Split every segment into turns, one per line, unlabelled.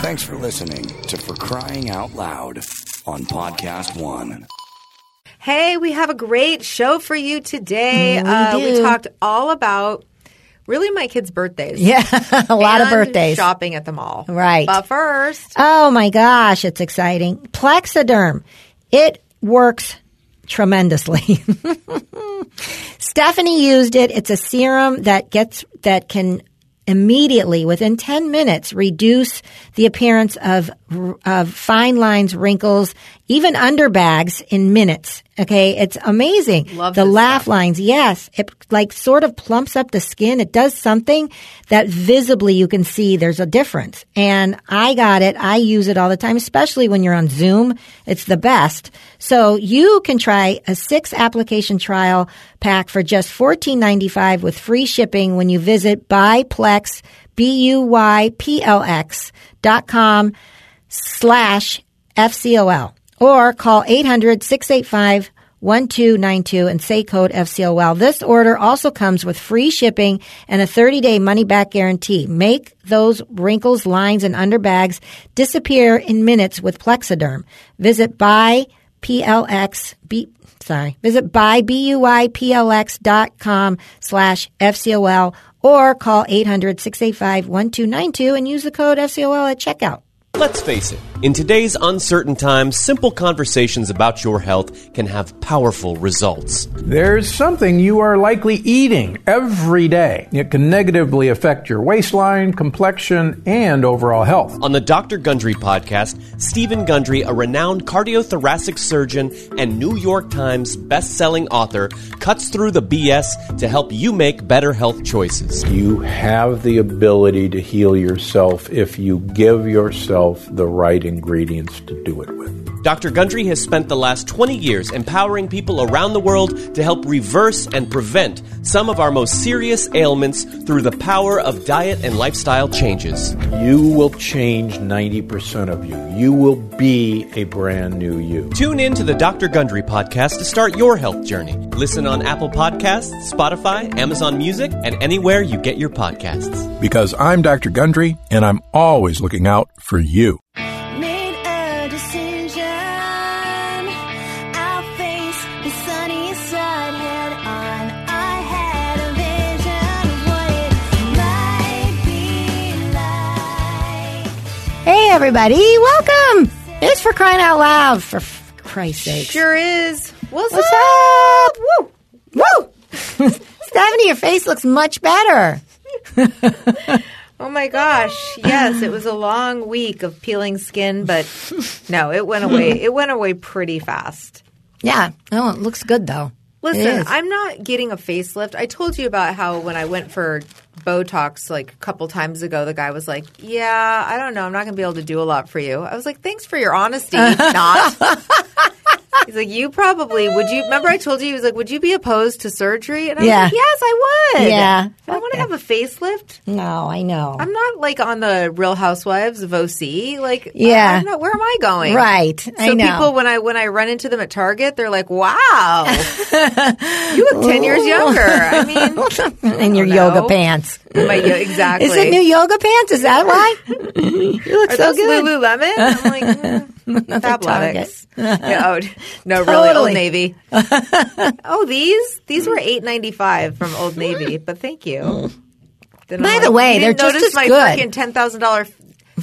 Thanks for listening to For Crying Out Loud on Podcast One.
Hey, we have a great show for you today.
Mm, We
uh, we
do.
talked all about really my kids' birthdays.
Yeah, a lot of
and
birthdays.
Shopping at the mall.
Right.
But first,
Oh my gosh, it's exciting. Plexiderm. It works tremendously. Stephanie used it. It's a serum that gets that can immediately within 10 minutes reduce the appearance of of fine lines, wrinkles, even underbags in minutes. Okay, it's amazing.
Love
the
this
laugh lines. Yes, it like sort of plumps up the skin. It does something that visibly you can see there's a difference. And I got it. I use it all the time, especially when you're on Zoom. It's the best. So you can try a six application trial pack for just $14.95 with free shipping when you visit buyplex, B-U-Y-P-L-X dot com slash FCOL or call 800 685 1292 and say code FCOL. This order also comes with free shipping and a 30 day money back guarantee. Make those wrinkles, lines, and underbags disappear in minutes with Plexiderm. Visit buy PLX, B, sorry, visit buy, B-U-Y-P-L-X dot com slash FCOL or call 800 685 1292 and use the code FCOL at checkout.
Let's face it, in today's uncertain times, simple conversations about your health can have powerful results.
There's something you are likely eating every day. It can negatively affect your waistline, complexion, and overall health.
On the Dr. Gundry podcast, Stephen Gundry, a renowned cardiothoracic surgeon and New York Times best-selling author, cuts through the BS to help you make better health choices.
You have the ability to heal yourself if you give yourself the right ingredients to do it with.
Dr. Gundry has spent the last 20 years empowering people around the world to help reverse and prevent some of our most serious ailments through the power of diet and lifestyle changes.
You will change 90% of you. You will be a brand new you.
Tune in to the Dr. Gundry podcast to start your health journey. Listen on Apple Podcasts, Spotify, Amazon Music, and anywhere you get your podcasts.
Because I'm Dr. Gundry, and I'm always looking out for you.
made a decision. I'll face the sunny side head on. I had a vision of what it might be like.
Hey, everybody, welcome. It's for crying out loud, for f- Christ's sake.
sure is. What's,
What's
up?
up? Woo! Woo! Stephanie, your face looks much better.
Oh my gosh. Yes, it was a long week of peeling skin, but no, it went away. It went away pretty fast.
Yeah. Oh, it looks good, though. It
Listen,
is.
I'm not getting a facelift. I told you about how when I went for Botox like a couple times ago, the guy was like, Yeah, I don't know. I'm not going to be able to do a lot for you. I was like, Thanks for your honesty. Not. He's like, You probably would you remember I told you he was like, Would you be opposed to surgery? And I was
Yeah.
like, Yes, I would.
Yeah.
If I want to have a facelift.
No, I know.
I'm not like on the Real Housewives of OC. Like,
Yeah.
I, am not, where am I going?
Right. I
So
know.
people, when I when I run into them at Target, they're like, "Wow, you look ten years younger." I mean,
in your
don't know.
yoga pants.
my yo- exactly.
Oh. Is it new yoga pants? Is that why? you look
Are
so
those
good.
Lululemon? I'm like, mm, Fabletics. Yeah, oh, no, really, Old
Totally.
Navy. oh, these these were eight ninety five from Old Navy, but thank you. Then
Mm. By
I'm
the way,
you
they're
didn't
just
notice my
as good.
freaking ten thousand dollar.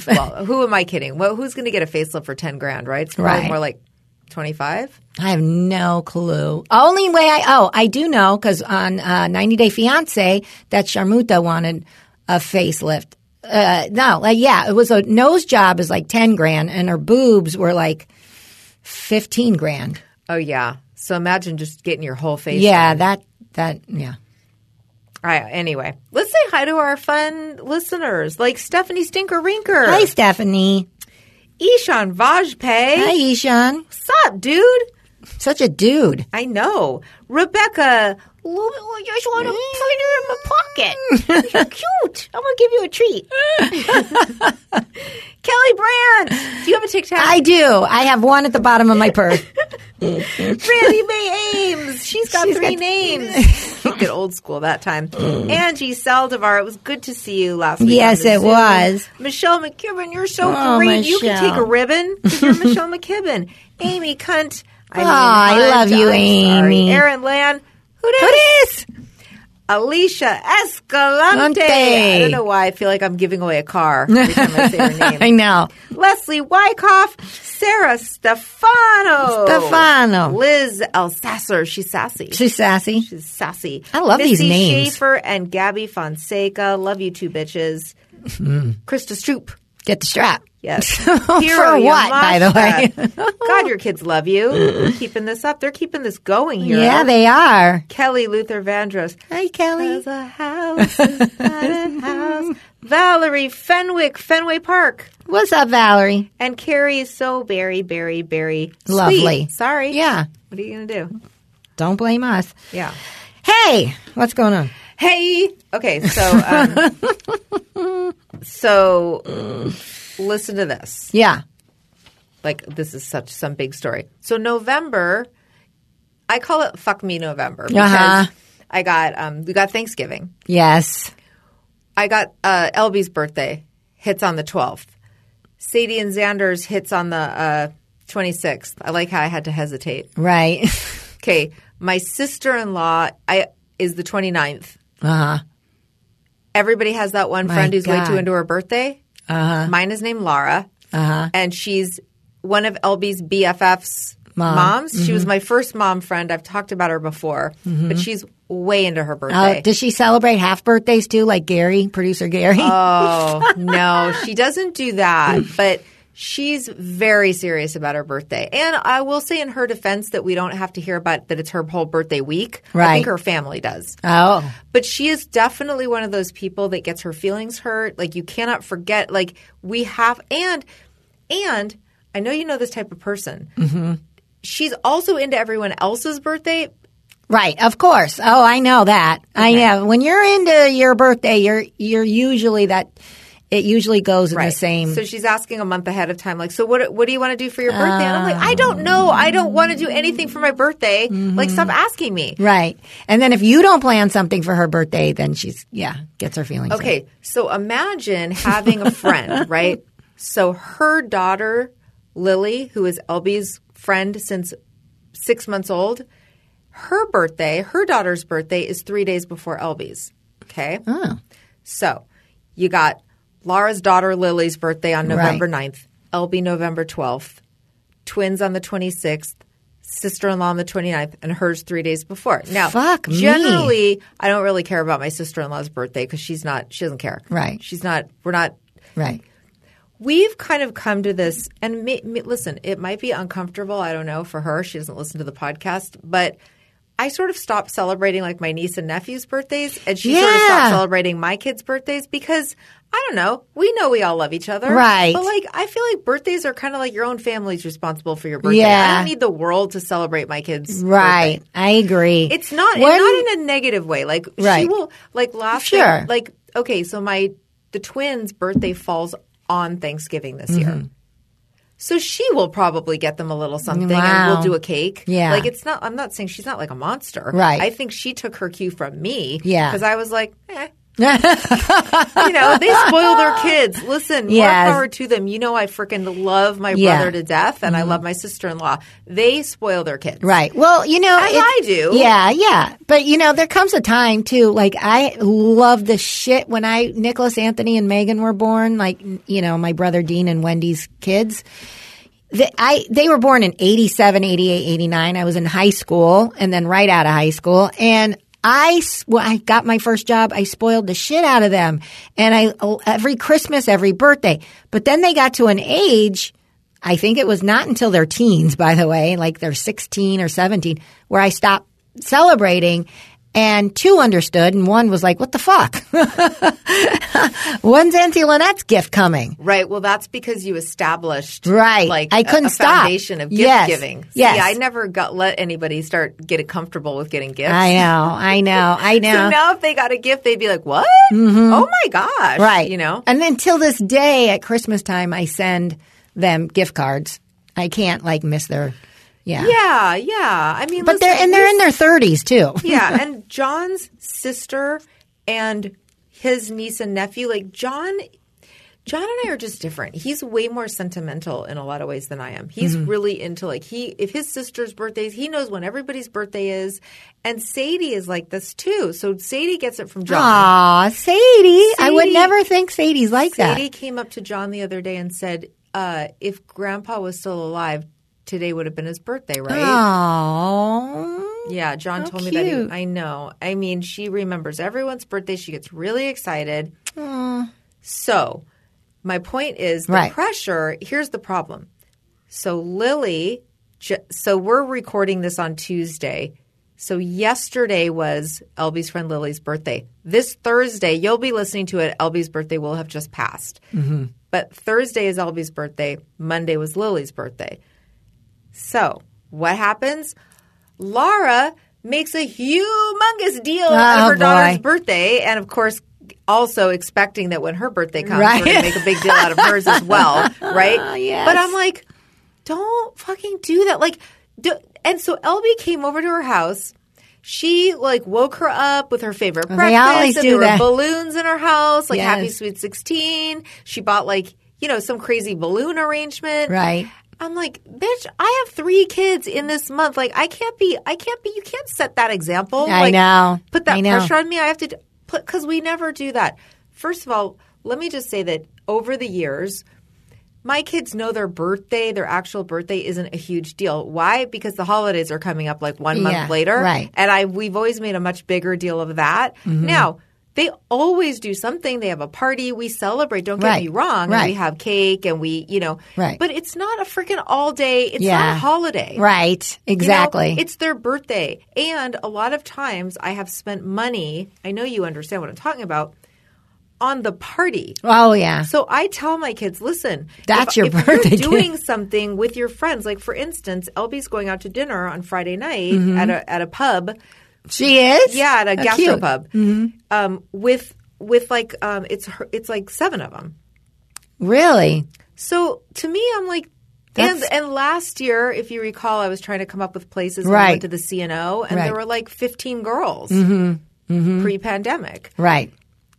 Well, who am I kidding? Well, who's going to get a facelift for ten grand? Right? It's probably
Right.
more like twenty five.
I have no clue. Only way I oh I do know because on uh, 90 Day Fiance that Sharmuta wanted a facelift. Uh, no, like yeah, it was a nose job is like ten grand, and her boobs were like fifteen grand.
Oh yeah. So imagine just getting your whole face.
Yeah,
done.
that that yeah.
All right. Anyway, let's say hi to our fun listeners like Stephanie Stinker Rinker,
Hi Stephanie.
Ishan Vajpay.
Hi Ishan.
What's up, dude?
Such a dude.
I know. Rebecca. I just want to put her in my pocket. You're cute. I'm going to give you a treat. Kelly Brand. Do you have a TikTok?
I do. I have one at the bottom of my purse.
Randy May Ames. She's got three names. She did old school that time. Angie Saldivar, it was good to see you last week. on
Yes,
the
it
Zoom.
was.
Michelle McKibben, you're so
Oh,
great. You can
Michelle.
take a ribbon 'cause you're Michelle McKibben. Amy Cunt. I mean,
Aw, I
Hunt,
love you,
I'm sorry.
Amy.
Aaron Land. Who
Who
dis?
dis?
Alicia Escalante.
Escalante.
I don't know why I feel like I'm giving away a car every time I say her
I
name.
know.
Leslie Wyckoff, Sarah Stefano,
Stefano.
Liz Elsasser. She's sassy.
She's sassy.
She's sassy.
I love
Missy
these names.
Schaefer and Gabby Fonseca. Love you two bitches.
Hmm.
Krista Stroop.
Get the strap.
Yes.
For what, by the way?
way? God, your kids love you. They're keeping this up. They're keeping this going here.
Yeah, they are.
Kelly Luther Vandross.
Hi, Kelly.
As a house is not a house. Valerie Fenwick, Fenway Park.
What's up, Valerie?
And Carrie is so berry, berry, berry sweet.
Lovely.
Sorry.
Yeah.
What are you going to do?
Don't blame us.
Yeah.
Hey, what's going on?
Hey. Okay. So, um, so listen to this.
Yeah.
Like, this is such some big story. So, November, I call it fuck me November because
Uh-huh.
I got, um, we got Thanksgiving.
Yes.
I got uh, Elby's birthday hits on the 12th. Sadie and Xander's hits on the uh, 26th. I like how I had to hesitate.
Right.
Okay, my sister-in-law I, is the 29th.
Uh huh.
Everybody has that one
My
friend who's way
God.
too into her birthday. Uh-huh. Mine is named Laura. Uh-huh. And she's one of LB's BFF's moms. She
Mm-hmm.
was my first mom friend. I've talked about her before, but she's way into her
Uh,
birthday.
does she celebrate half birthdays too, like Gary, producer Gary?
Oh, no, she doesn't do that. But she's very serious about her birthday. And I will say, in her defense, that we don't have to hear about that it's her whole birthday week. I
Right.
think her family does.
oh.
But she is definitely one of those people that gets her feelings hurt. Like, you cannot forget. Like, we have, and, and I know you know this type of person. She's also into everyone else's birthday.
Right, of course. Oh, I know that. I know. When you're into your birthday, you're you're usually that it usually goes in the Uh, same
So she's asking a month ahead of time, like, so what? What do you want to do for your birthday? And I'm like, I don't know. I don't want to do anything for my birthday. Like, stop asking me.
Right. And then if you don't plan something for her birthday, then she's yeah, gets her feelings. hurt.
Okay, so imagine having a friend, right? So her daughter, Lily, who is Elby's friend since six months old, her birthday, her daughter's birthday is three days before Elby's. Okay.
Oh.
So you got Laura's daughter, Lily's birthday on November ninth, 9th, Elby November 12th, twins on the 26th. Sister in law on the 29th and hers three days before. Now,
Fuck me.
generally, I don't really care about my sister in law's birthday because she's not, she doesn't care.
Right.
She's not, we're not,
Right.
we've kind of come to this. And ma- ma- listen, it might be uncomfortable. I don't know for her. She doesn't listen to the podcast, but I sort of stopped celebrating like my niece and nephew's birthdays. And she sort of
Yeah.
stopped celebrating my kids' birthdays because I don't know. We know we all love each other.
Right.
But like, I feel like birthdays are kind of like your own family's responsible for your birthday. I
Yeah.
don't need the world to celebrate my kids'
Right. I agree.
It's not and
When-
not in a negative way. Like she
Right.
will like last
Sure.
year- like okay, so my the twins' birthday falls on Thanksgiving this
Mm-hmm.
year. So she will probably get them a little something and we'll
Wow.
do a cake.
Yeah.
Like it's not I'm not saying she's not like a monster.
Right.
I think she took her cue from me.
Yeah.
Because I was like, eh. you know, they spoil their kids. Listen,
Yes.
more power to them. You know I freaking love my
Yeah. Mm-hmm.
brother to death and I love my sister in law. They spoil their kids.
Right. Well, you know,
As
it-
I do.
Yeah, yeah. But you know, there comes a time too. Like I love the shit when I Nicholas Anthony and Megan were born. Like you know, my brother Dean and Wendy's kids. They, I they were born in 87, 88, 89. I was in high school and then right out of high school and. I s- when I got my first job. I spoiled the shit out of them, and I oh, every Christmas, every birthday. But then they got to an age I think it was not until their teens, by the way, like they're 16 or 17, where I stopped celebrating. And two understood, and one was like, "What the fuck? When's Auntie Lynette's gift coming?"
Right. Well, that's because you established
Right.
Like
I
a-
couldn't
a
stop.
foundation of gift
Yes.
giving. See,
Yes.
I never got let anybody start getting comfortable with getting gifts.
I know, I know, I know.
So now if they got a gift, they'd be like, "What? Oh my gosh!"
Mm-hmm. right?
You know.
And until this day, at Christmas time, I send them gift cards. I can't like miss their Yeah.
Yeah, yeah. I mean,
But they're
listen,
and they're
he's-
in their 30s too.
yeah, and John's sister and his niece and nephew, like John John and I are just different. He's way more sentimental in a lot of ways than I am. He's
Mm-hmm.
really into like he if his sister's birthdays, he knows when everybody's birthday is. And Sadie is like this too. So Sadie gets it from John.
Aw, Sadie. I would
Sadie-
never think Sadie's like
Sadie
that.
came up to John the other day and said, uh, if grandpa was still alive, today would have been his birthday, right?
Aw.
Yeah, John
How
told me that. he-
cute.
I know. I mean, she remembers everyone's birthday. She gets really excited. So, my point is the
Right.
pressure. Here's the problem. So, Lily, ju- so we're recording this on Tuesday. So, yesterday was Elby's friend Lily's birthday. This Thursday, you'll be listening to it. Elby's birthday will have just passed. But Thursday is Elby's birthday. Monday was Lily's birthday. So, what happens? Laura makes a humongous deal
Oh,
on her
boy.
daughter's birthday, and of course, also expecting that when her birthday comes,
Right. Ah,
we're going to make a big deal out of hers as well, right?
yes.
But I'm like, don't fucking do that. Like, do, and so Elby came over to her house. She like woke her up with her favorite
they
breakfast,
always
and
do
there were
that.
balloons in her house, like Happy
Yes.
Sweet Sixteen. She bought like you know some crazy balloon arrangement,
Right.
I'm like, bitch, I have three kids in this month. Like, I can't be, I can't be, you can't set that example.
I
Like,
know.
Put that
I know.
pressure on me. I have to d- put, because we never do that. First of all, let me just say that over the years, my kids know their birthday, their actual birthday isn't a huge deal. Why? Because the holidays are coming up like one
Yeah,
month later.
right. Mm-hmm.
And I we've always made a much bigger deal of that. Now, they always do something. They have a party. We celebrate. Don't get
Right,
me wrong. And
right.
we have cake and we, you know.
Right.
But it's not a freaking all day. It's
Yeah.
not a holiday.
Right.
You know,
Exactly.
it's their birthday. And a lot of times I have spent money, I know you understand what I'm talking about, on the party.
oh yeah.
So I tell my kids, listen, if,
That's your
if
birthday,
You're
dude.
doing something with your friends, like for instance, Elby's going out to dinner on Friday night at a at a pub.
she is?
Yeah, at a
Oh, Mm-hmm. cute.
gastropub. Um, with with like um, it's her, it's like seven of them.
Really?
So to me, I'm like. And,
That's-
and last year, if you recall, I was trying to come up with places. and I
Right.
went to the CNO, and
Right. Mm-hmm.
there were like 15 girls pre-pandemic.
Right.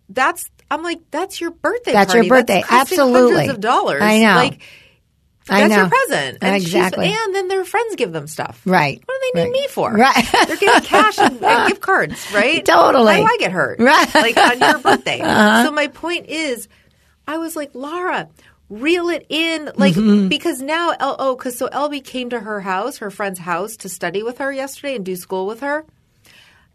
That's I'm like, that's your birthday.
That's your
party.
birthday.
costing
Absolutely.
hundreds of dollars.
I know.
Like
I
That's
know.
your present. And she's-
exactly.
and then their friends give them stuff.
Right.
What do they need
Right.
me for?
Right.
They're getting cash and, and gift cards, right?
Totally.
How do I get hurt?
Right. Uh-huh.
Like on your birthday. So my point is, I was like, Laura, reel it in. Like,
Mm-hmm.
because now, El- oh, because so Elby came to her house, her friend's house, to study with her yesterday and do school with her.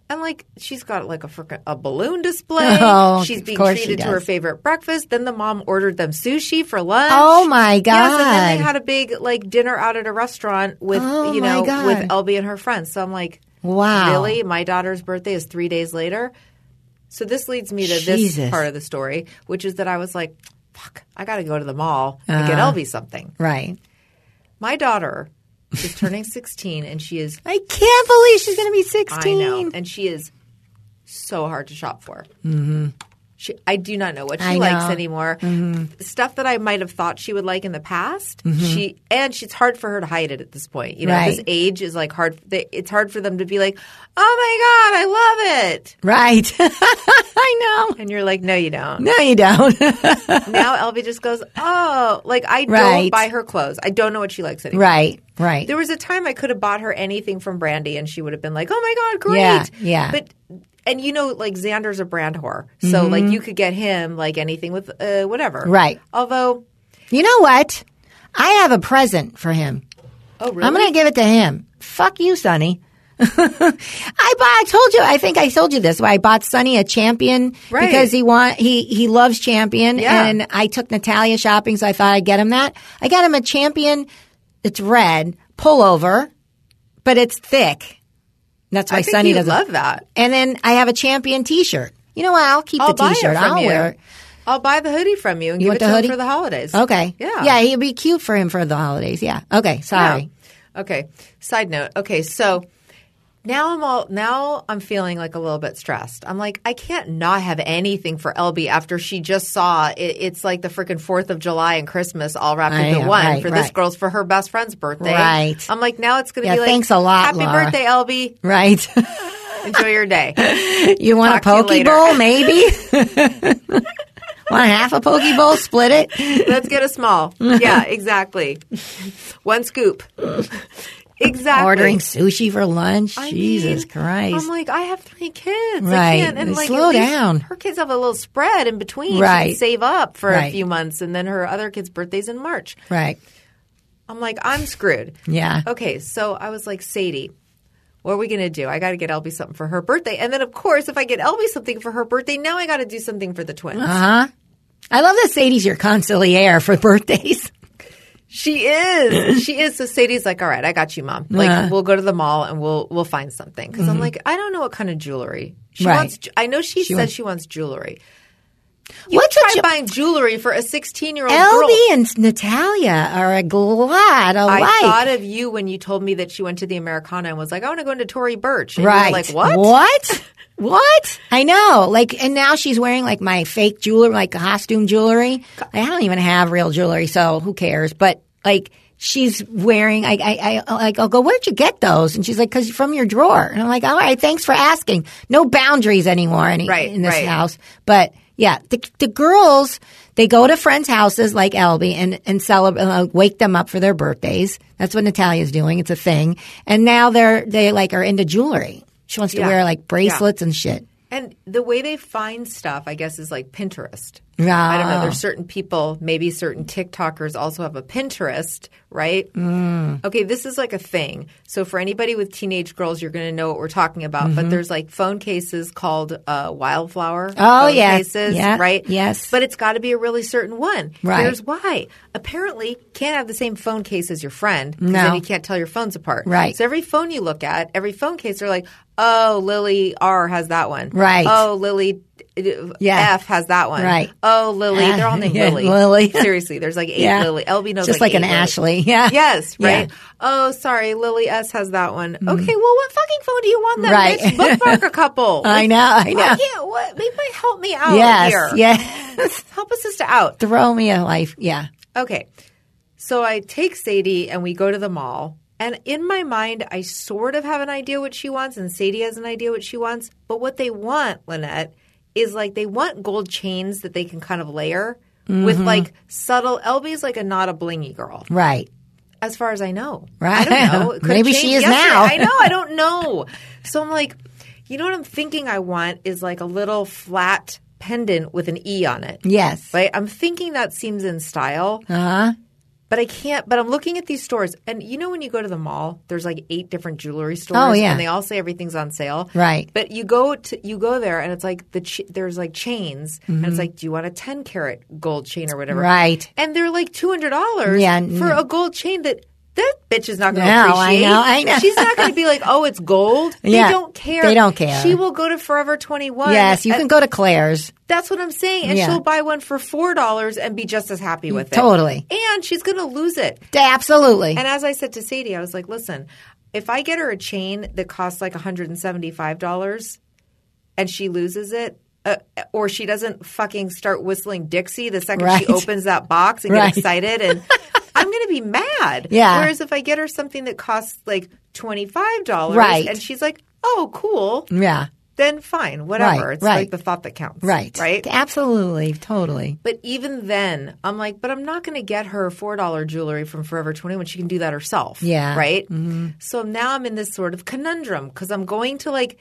And like she's got like a frickin' a balloon display.
Oh,
she's
of
being
course she
treated to
does.
her favorite breakfast. Then the mom ordered them sushi for lunch.
Oh, my
Yes, and then
God.
they had a big like dinner out at a restaurant with
Oh,
you
my
know
God.
with Elby and her friends. So I'm like,
Wow.
really? My daughter's birthday is three days later. So this leads me to
Jesus.
this part of the story, which is that I was like, fuck, I got to go to the mall and
Uh-huh.
get Elby something.
Right.
My daughter is turning 16 and she is
I can't believe she's going to be 16.
I know, and she is so hard to shop for. Mm-hmm. She, I do not know what she
I
likes
know. Mm-hmm.
anymore. Stuff that I might have thought she would like in the past. She and she's hard for her to hide it at this point. You know,
Right.
this age is like hard. They, it's hard for them to be like, "Oh my god, I love it,"
Right. I know.
and you're like, "No, you don't."
No, you don't.
now Elvie just goes, "Oh, like I
Right.
don't buy her clothes. I don't know what she likes anymore."
right. Right.
There was a time I could have bought her anything from Brandy and she would have been like, oh my God, great.
Yeah, yeah.
But, and you know, like Xander's a brand whore. So, like, you could get him like anything with uh, whatever.
Mm-hmm. Right.
Although,
You know what? I have a present for him.
oh, really?
I'm going to give it to him. Fuck you, Sonny. I bought. I told you. I think I told you this. why I bought Sonny a champion
Right.
because he want he he loves champion.
Yeah.
And I took Natalia shopping, so I thought I'd get him that. I got him a champion. It's red pullover, but it's thick. That's why
I think
Sonny
he'd
doesn't
love that.
And then I have a champion T-shirt. You know what? I'll keep
I'll
the
buy
T-shirt.
it from
I'll
you.
wear it.
I'll buy the hoodie from you and give
want
it
the
to
hoodie?
him for the holidays.
Okay.
Yeah.
Yeah, it'd be cute
Um,
for him for the holidays. Yeah. Okay.
Yeah.
Sorry.
Okay. Side note. Okay. So, now I'm all now I'm feeling like a little bit stressed. I'm like I can't not have anything for LB after she just saw it, it's like the freaking Fourth of July and Christmas all wrapped
I
into
know,
one
right,
for this
right.
girl's for her best friend's birthday.
Right.
I'm like now it's going to
Yeah,
be like
thanks a lot,
happy
Laura."
birthday LB.
Right.
Enjoy your day.
You want a
Talk to
poke
you
bowl, maybe? want half a poke bowl? Split it.
Let's get a small. Yeah, exactly. One scoop. Exactly.
Ordering sushi for lunch.
I
Jesus
mean, oh
Christ.
I'm like, I have three kids.
Right.
I can't. And like,
Slow
at least
down.
Her kids have a little spread in between. She
Right.
can save up for
Right.
a few months, and then her other kid's birthday's in March.
right.
I'm like, I'm screwed.
Yeah.
Okay, so I was like, Sadie, what are we going to do? I got to get Elby something for her birthday. And then, of course, if I get Elby something for her birthday, now I got to do something for the twins.
Uh-huh. I love that Sadie's your consigliere for birthdays.
She is. she is. So Sadie's like, all right, I got you, mom. Like,
Yeah. Mm-hmm.
we'll go to the mall and we'll we'll find something. Because I'm like, I don't know what kind of jewelry she
Right.
wants. ju- I know she, said
wants-
she wants jewelry.
What's
Try
a ju-
buying jewelry for a 16 year old girl.
Elby and Natalia are a lot alike.
I thought of you when you told me that she went to the Americana and was like, I want to go into Tory Burch. And you were
right.
like, what?
What? What? I know. Like, and now she's wearing like my fake jewelry, like costume jewelry. I don't even have real jewelry, so who cares? But like, she's wearing. I, I, I like. I'll go. Where'd you get those? And she's like, "Cause from your drawer." And I'm like, "All right, thanks for asking." No boundaries anymore. Any,
Right,
in this
right.
house, but. Yeah, the, the girls they go to friends' houses like Elby and and celebrate, uh, wake them up for their birthdays. That's what Natalia's doing. It's a thing, and now they're they like are into jewelry. She wants to
Yeah.
wear like bracelets and shit.
And the way they find stuff, I guess, is like Pinterest.
Yeah.
I don't know. There's certain people, maybe certain TikTokers also have a Pinterest, right?
Mm.
Okay, this is like a thing. So for anybody with teenage girls, you're going to know what we're talking about.
Mm-hmm.
But there's like phone cases called uh, Wildflower.
Oh,
phone
yes.
cases,
Yeah.
right?
Yes.
but it's got to be a really certain one.
Right.
Here's why. Apparently, can't have the same phone case as your friend. 'cause
No.
then you can't tell your phones apart.
Right.
So every phone you look at, every phone case, they're like, oh, Lily R has that one.
Right.
Oh, Lily
Yeah.
F has that one.
Right. Ah,
Oh, Lily. They're all named
Yeah,
Lily.
Lily.
Seriously, there's like eight
Yeah.
Lily. LB knows
Just like, an
eight Lily.
Ashley. Yeah.
Yes,
Yeah.
right.
Mm-hmm.
Oh, sorry, Lily S has that one. Okay, well, what fucking phone do you want then?
Right.
Let's bookmark a couple.
I
Like,
know, I
why
know.
can't- what, maybe help me out
yes.
here.
Yes.
Help a sister out.
Throw me a life. Yeah.
Okay. So I take Sadie and we go to the mall. And in my mind, I sort of have an idea what she wants, and Sadie has an idea what she wants. But what they want, Lynette, is like they want gold chains that they can kind of layer
Mm-hmm.
with like subtle. Elby's like a not a blingy girl,
Right.
as far as I know.
Right.
I don't know. It could've
Maybe
changed
she is
yesterday.
now.
I know. I don't know. So I'm like, you know what I'm thinking I want is like a little flat pendant with an E on it.
Yes.
Right? I'm thinking that seems in style.
Uh-huh.
But I can't. But I'm looking at these stores, and you know when you go to the mall, there's like eight different jewelry stores,
Oh, yeah.
and they all say everything's on sale,
Right.
But you go to you go there, and it's like the ch- there's like chains, and it's like, do you want a ten karat gold chain or whatever?
Mm-hmm. Right.
And they're like two hundred dollars
Yeah,
for
no.
a gold chain that that bitch is not going to
No, I
appreciate.
know, I know.
She's not going to be like, oh, it's gold.
Yeah.
They don't care.
They don't care.
She will go to Forever Twenty One.
Yes. You can go to Claire's.
That's what I'm saying. And
Yeah. Mm,
she'll buy one for four dollars and be just as happy with
Totally.
it. Totally. And she's going to lose it.
Absolutely.
And as I said to Sadie, I was like, listen, if I get her a chain that costs like $175 and she loses it, uh, or she doesn't fucking start whistling Dixie the second she
Right.
opens that box and
Right.
get excited, and I'm going to be mad.
Yeah.
Whereas if I get her something that costs like $25
Right.
and she's like, oh, cool,
yeah.
then fine, whatever.
Right,
it's
right.
like the thought that counts.
Right.
Right.
Absolutely. Totally.
But even then, I'm like, but I'm not going to get her four dollar jewelry from Forever 21. She can do that herself.
Yeah. Mm-hmm.
Right. So now I'm in this sort of conundrum because I'm going to like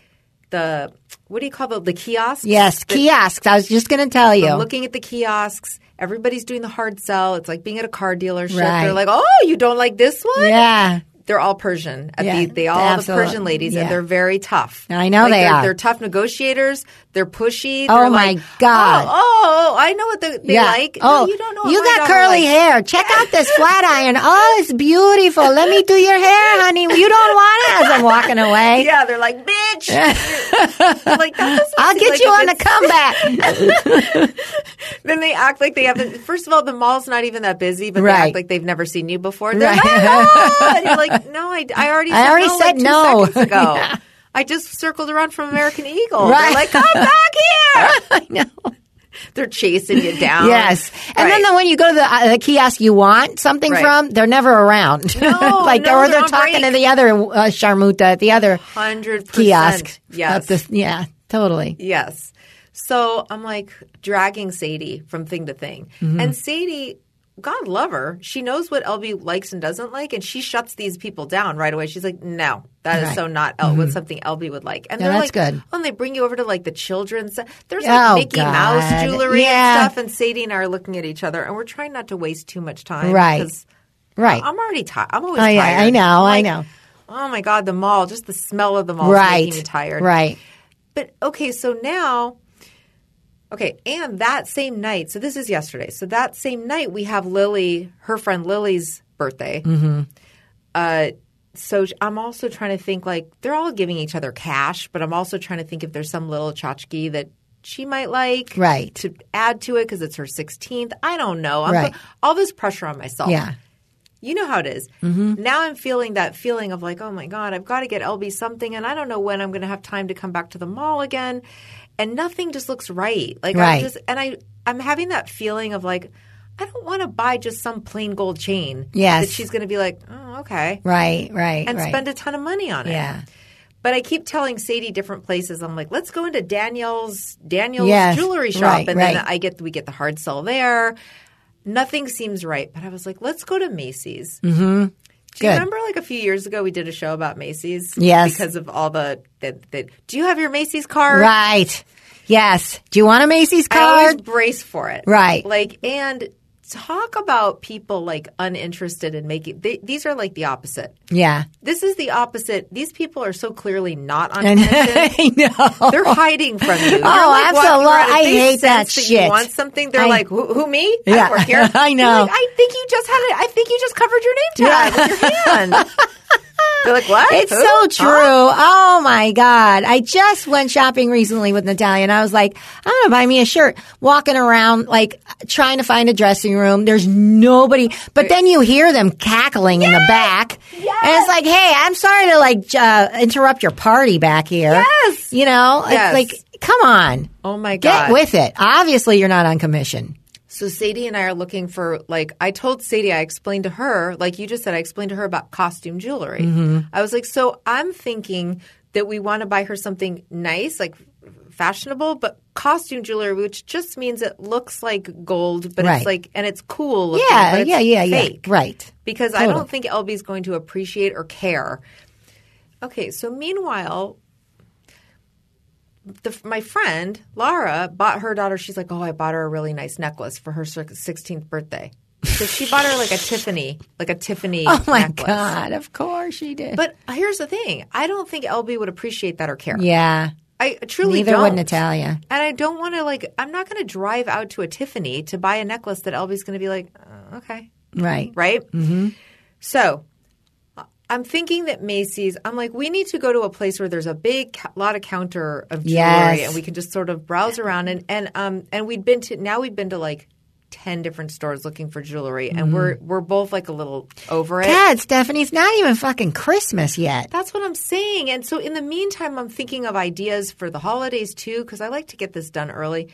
the what do you call the the kiosks?
Yes. Kiosks. I was just going to tell you.
I'm looking at the kiosks. Everybody's doing the hard sell. It's like being at a car dealership.
Right.
They're like, oh, you don't like this one?
yeah.
They're all Persian. At
Yeah,
the, they all
absolutely.
the Persian ladies,
Yeah.
and they're very tough.
I know
Like,
they
they're,
are.
They're tough negotiators. They're pushy.
Oh,
they're
my
like,
God.
Oh, oh, oh, I know what they, they like. No,
Oh,
you don't know. what
You
my
got
daughter
curly
likes.
hair. Check out this flat iron. Oh, it's beautiful. Let me do your hair, honey. You don't want it as I'm walking away.
Yeah, they're like, bitch. I'm like that doesn't
I'll
seem
get
like
you
if
on a
it's-
comeback.
Then they act like they haven't. First of all, the mall's not even that busy, but they
Right.
act like they've never seen you before. They're
Right.
like, "Ah!" and you're like, no, I, I already.
I
said
already
no,
said
like two
no.
seconds ago. I just circled around from American Eagle.
Right.
They're like, come back here. I know. They're chasing you down.
Yes, and then
Right.
the, when you go to the, uh, the kiosk you want something
Right.
from, they're never around.
No,
like
no,
or
they're
they're
on
talking to
break.
the other uh, sharmuta at the other
100%.
kiosk.
Yes.
Up the- yeah, totally.
Yes. So I'm like dragging Sadie from thing to thing.
Mm-hmm.
And Sadie, God love her, she knows what LB likes and doesn't like, and she shuts these people down right away. She's like, no, that is
Right.
so not L- what something LB would like. And
Yeah,
they're
that's
like,
good.
oh, and they bring you over to like the children's. There's
Oh,
like Mickey
God.
Mouse jewelry and
Yeah.
stuff, and Sadie and I are looking at each other, and we're trying not to waste too much time.
Right.
'cause
Right.
I'm already tired. I'm always
Oh,
tired.
yeah, I know, I
Like,
know.
Oh my God, the mall, just the smell of the mall is
right.
making me tired.
Right.
But okay, so now, okay, and that same night, so this is yesterday. So that same night, we have Lily, her friend Lily's birthday. Mm-hmm. Uh, so sh- I'm also trying to think like they're all giving each other cash, but I'm also trying to think if there's some little tchotchke that she might like
Right.
to add to it because it's her 16th. I don't know. I'm
Right.
put- all this pressure on myself.
Yeah.
You know how it is.
Mm-hmm.
Now I'm feeling that feeling of like, oh my God, I've got to get LB something, and I don't know when I'm going to have time to come back to the mall again. And nothing just looks right. Like
Right.
I'm just, and I, I'm having that feeling of like, I don't want to buy just some plain gold chain.
Yes.
that she's going to be like, oh okay,
Right. Right.
and
right.
spend a ton of money on it.
Yeah.
But I keep telling Sadie different places. I'm like, let's go into Danielle's Danielle's
Yes,
jewelry shop,
right,
and
right.
then I get we get the hard sell there. Nothing seems right, but I was like, let's go to Macy's. Mm-hmm. Do
Good.
you remember, like a few years ago, we did a show about Macy's?
Yes.
because of all the that. that do you have your Macy's card?
Right. Yes. Do you want a Macy's
I always
card?
brace for it.
Right.
Like, and talk about people like uninterested in making. They, these are like the opposite.
yeah.
This is the opposite. These people are so clearly not on commission.
I know.
They're hiding from you. You're,
Oh,
like, walking
absolute-
around. If
I
they
hate
sense
that
You
shit.
want something? They're
I-
like, who, who me? I
Yeah.
don't work here.
I
You're
know.
like, I think you just had it. I think you just covered your name tag with your hand. They're like, what?
It's
Who?
so true.
Huh?
Oh my God. I just went shopping recently with Natalia and I was like, I'm going to buy me a shirt. Walking around, like trying to find a dressing room. There's nobody, but then you hear them cackling in the back. And it's like, hey, I'm sorry to like j- uh, interrupt your party back here.
Yes.
You know, It's
Yes.
like, come on.
Oh my
Get
god.
with it. Obviously, you're not on commission.
So Sadie and I are looking for like I told Sadie I explained to her like you just said I explained to her about costume jewelry.
Mm-hmm.
I was like so I'm thinking that we want to buy her something nice like fashionable but costume jewelry which just means it looks like gold but
Right.
it's like and it's cool looking
Yeah,
but it's
yeah, yeah,
fake
yeah. Right.
because I
Total.
don't think LB's going to appreciate or care. Okay, so meanwhile, the, my friend Laura bought her daughter. She's like, "Oh, I bought her a really nice necklace for her sixteenth birthday." So she bought her like a Tiffany, like a Tiffany.
Oh my
necklace.
God. Of course she did.
But here's the thing: I don't think LB would appreciate that or care.
yeah.
I truly
Neither
don't.
would Natalia.
And I don't want to like. I'm not going to drive out to a Tiffany to buy a necklace that LB's going to be like, "Uh, "Okay,
Right.
right? Mm-hmm. So I- I'm thinking that Macy's, I'm like, we need to go to a place where there's a big ca- lot of counter of jewelry
Yes.
and we can just sort of browse around. And, and, um, and we'd been to, now we've been to like, 10 different stores looking for jewelry and
Mm-hmm.
we're we're both like a little over it.
God, Stephanie, it's not even fucking Christmas yet.
That's what I'm saying. And so in the meantime, I'm thinking of ideas for the holidays too, because I like to get this done early.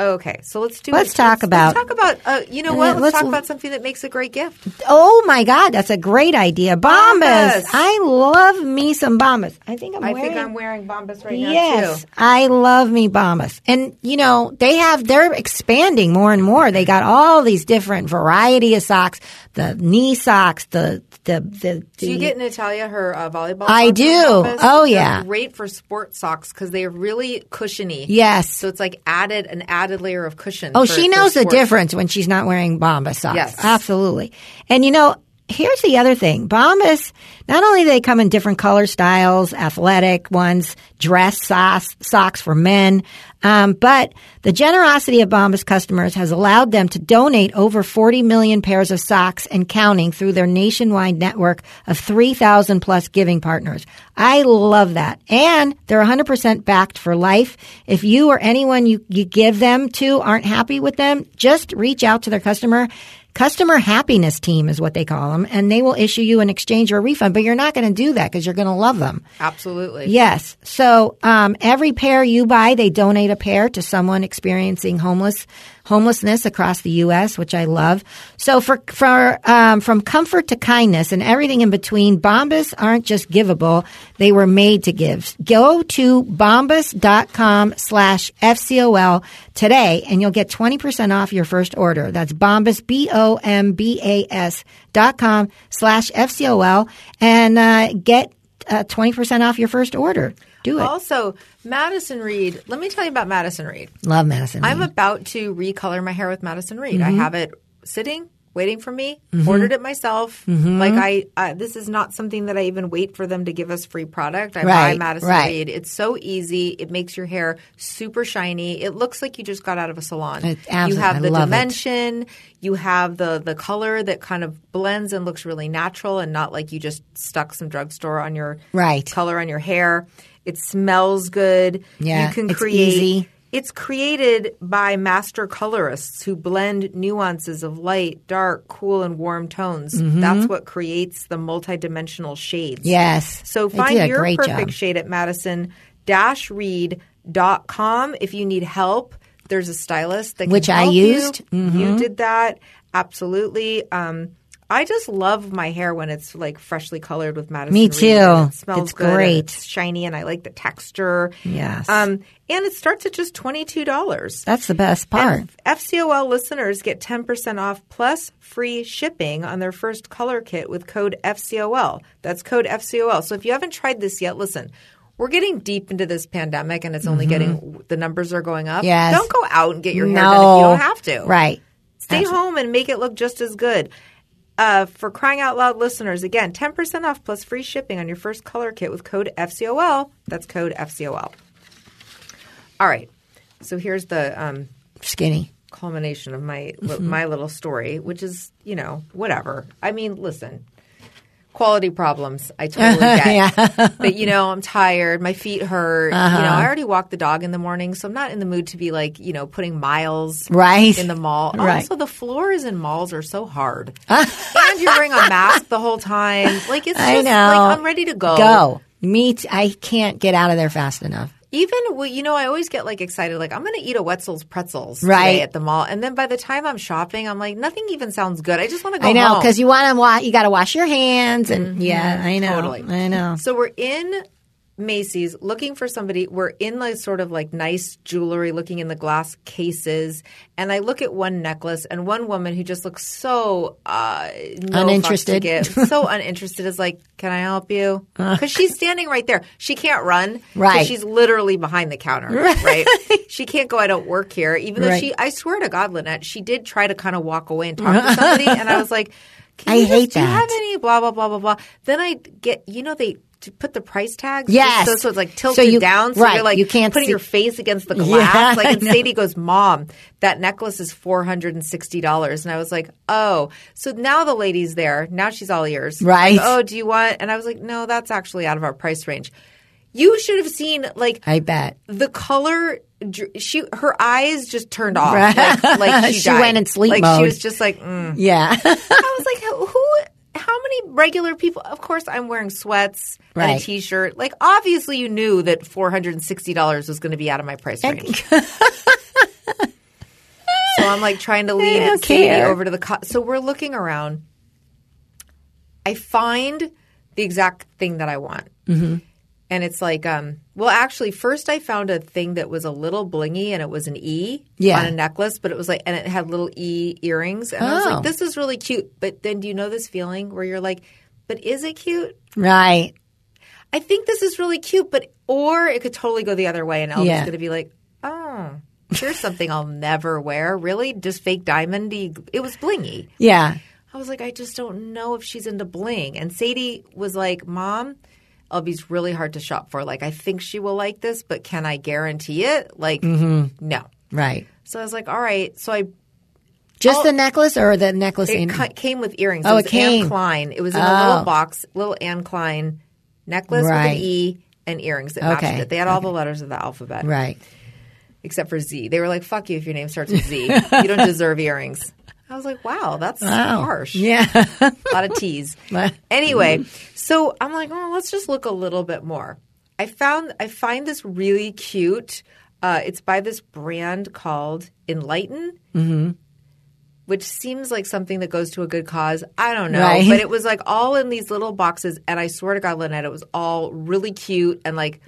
Okay, so let's do.
Let's talk about-
Let's talk about. Uh, you know
Uh,
what? Let's,
let's-
talk about something that makes a great gift.
Oh my God, that's a great idea. Bombas.
Bombas.
I love me some bombas. I think I'm
I
wearing
think I'm wearing Bombas right now
Yes,
too.
I love me bombas. And you know, they have they're expanding more and more. They got all these different variety of socks, the knee socks, the the the, the
Do you get Natalia her uh, volleyball?
I
socks
do.
from Bombas?
Oh,
They're
yeah.
great for sport socks because they are really cushiony.
Yes.
so it's like added an added layer of cushion.
Oh,
for-
she
for
knows the
sport.
difference when she's not wearing Bombas socks.
Yes.
Absolutely. And you know, here's the other thing. Bombas, not only do they come in different color styles, athletic ones, dress socks, socks for men, um, but the generosity of Bombas customers has allowed them to donate over 40 million pairs of socks and counting through their nationwide network of 3,000 plus giving partners. I love that. And they're 100% backed for life. If you or anyone you, you give them to aren't happy with them, just reach out to their customer Customer happiness team is what they call them, and they will issue you an exchange or a refund, but you're not going to do that because you're going to love them.
Absolutely.
Yes. So um, every pair you buy, they donate a pair to someone experiencing homeless homelessness across the U.S., which I love. So for for um, from comfort to kindness and everything in between, Bombas aren't just givable; they were made to give. Go to bombas.com slash fcol today, and you'll get twenty percent off your first order. That's Bombas b o m b a s dot com slash fcol, and uh, get uh, 20% off your first order. Do it.
Also, Madison Reed. Let me tell you about Madison Reed.
Love Madison.
I'm
Reed.
about to recolor my hair with Madison Reed.
Mm-hmm.
I have it sitting, waiting for me. Ordered it myself.
Mm-hmm.
Like I, I, this is not something that I even wait for them to give us free product. I buy
Right,
Madison
right.
Reed. It's so easy. It makes your hair super shiny. It looks like you just got out of a salon.
It-
you
absolutely. I
have the
love it.
dimension. You have the the color that kind of blends and looks really natural and not like you just stuck some drugstore on your
Right.
color on your hair. It smells good.
Yeah,
you can
it's
create.
easy.
It's created by master colorists who blend nuances of light, dark, cool, and warm tones.
Mm-hmm.
That's what creates the multidimensional shades.
yes.
So
They did
find
a
your
great
perfect
job.
shade at madison-reed.com. If you need help, there's a stylist that can
Which I
help
used. Mm-hmm.
You. You did that. Absolutely. Um, I just love my hair when it's like freshly colored with Madison.
Me
Reed,
too.
and It smells
It's
good and
great.
it's shiny, and I like the texture.
Yes.
Um, and it starts at just twenty two dollars.
That's the best part.
FCOL listeners get 10% off plus free shipping on their first color kit with code FCOL. That's code FCOL. So if you haven't tried this yet, listen. We're getting deep into this pandemic and it's only getting the numbers are going up.
Mm-hmm. Yes.
Don't go out and get your
no.
hair done if you don't have to.
Right.
Stay home and make it look just as good. Uh, for crying out loud listeners, again, 10% off plus free shipping on your first color kit with code FCOL. That's code FCOL. All right. So here's the um,
Skinny.
culmination of my li- my little story, which is you know whatever. I mean, listen, quality problems. I totally get, but you know, I'm tired. My feet hurt. You know,
Uh-huh.
I already walked the dog in the morning, so I'm not in the mood to be like you know putting miles
Right.
in the mall.
Right.
Also, the floors in malls are so hard, and you're wearing a mask the whole time. Like it's
I
just
know.
like I'm ready to go.
Go. Me. T- I can't get out of there fast enough.
Even well, you know, I always get like excited, like I'm going to eat a Wetzel's pretzels
Right.
today at the mall, and then by the time I'm shopping, I'm like, nothing even sounds good. I just want to go.
I know
home.
because you want to wa You got to wash your hands and yeah. I know.
Mm-hmm. Totally.
I know.
So we're in Macy's looking for somebody. We're in like sort of like nice jewelry, looking in the glass cases, and I look at one necklace and one woman who just looks so uh, no
Uninterested. Uh.
fucks to give, so uninterested. Is like, can I help you? Because she's standing right there. She can't run. 'cause
Right.
She's literally behind the counter. Right. She can't go. I don't work here. Even though
Right.
she, I swear to God, Lynette, she did try to kind of walk away and talk to somebody, and I was like. Can
I
you just-
hate
do you have
that.
any blah blah blah blah blah. Then I get you know they t- put the price tags.
Yes.
so, so it's like
So
tilted
you-
down. So
right,
you're like
you can't
putting
see-
your face against the glass.
Yeah,
like and
I know.
Sadie goes, "Mom, that necklace is four hundred and sixty dollars." And I was like, "Oh." So now the lady's there. Now she's all ears. Like,
Right.
oh, do you want? And I was like, "No, that's actually out of our price range." You should have seen like
I bet.
the color dr- she her eyes just turned off like, like she,
She
died.
went in sleep
like
mode.
she was just like mm.
Yeah.
I was like, who- who? How many regular people? Of course, I'm wearing sweats and
Right.
a t-shirt. Like, obviously, you knew that four hundred and sixty dollars was going to be out of my price range. so I'm like trying to lead
don't
Sadie
care.
over to the. Co- so we're looking around. I find the exact thing that I want.
Mm-hmm.
And it's like, um, well, actually, first I found a thing that was a little blingy, and it was an E
Yeah.
on a necklace, but it was like, and it had little E earrings, and I was
Oh.
like, this is really cute. But then, do you know this feeling where you're like, but is it cute?
right.
I think this is really cute, but or it could totally go the other way, and Elvin's
Yeah.
going to be like, oh, here's something I'll never wear. Really, just fake diamondy. It was blingy.
Yeah.
I was like, I just don't know if she's into bling. And Sadie was like, Mom, Elby's really hard to shop for. Like, I think she will like this, but can I guarantee it? Like,
Mm-hmm.
no.
Right.
So I was like, all right. So I
Just the necklace or the necklace
Oh. it
in
cu- came with earrings.
Oh,
it was
it came.
Anne Klein. It was in a
Oh.
little box, little Anne Klein necklace with
Right.
an E and earrings that
Okay.
matched it. They had all the letters of the alphabet
right.
except for Z. They were like, fuck you if your name starts with Z. you don't deserve earrings. I was like, wow, that's
Wow.
harsh.
Oh. Yeah.
a lot of teas. anyway, so I'm like, oh, let's just look a little bit more. I found I find this really cute. Uh, it's by this brand called Enlighten, which seems like something that goes to a good cause. I don't know,
Right.
but it was like all in these little boxes, and I swear to God, Lynette, it was all really cute and like.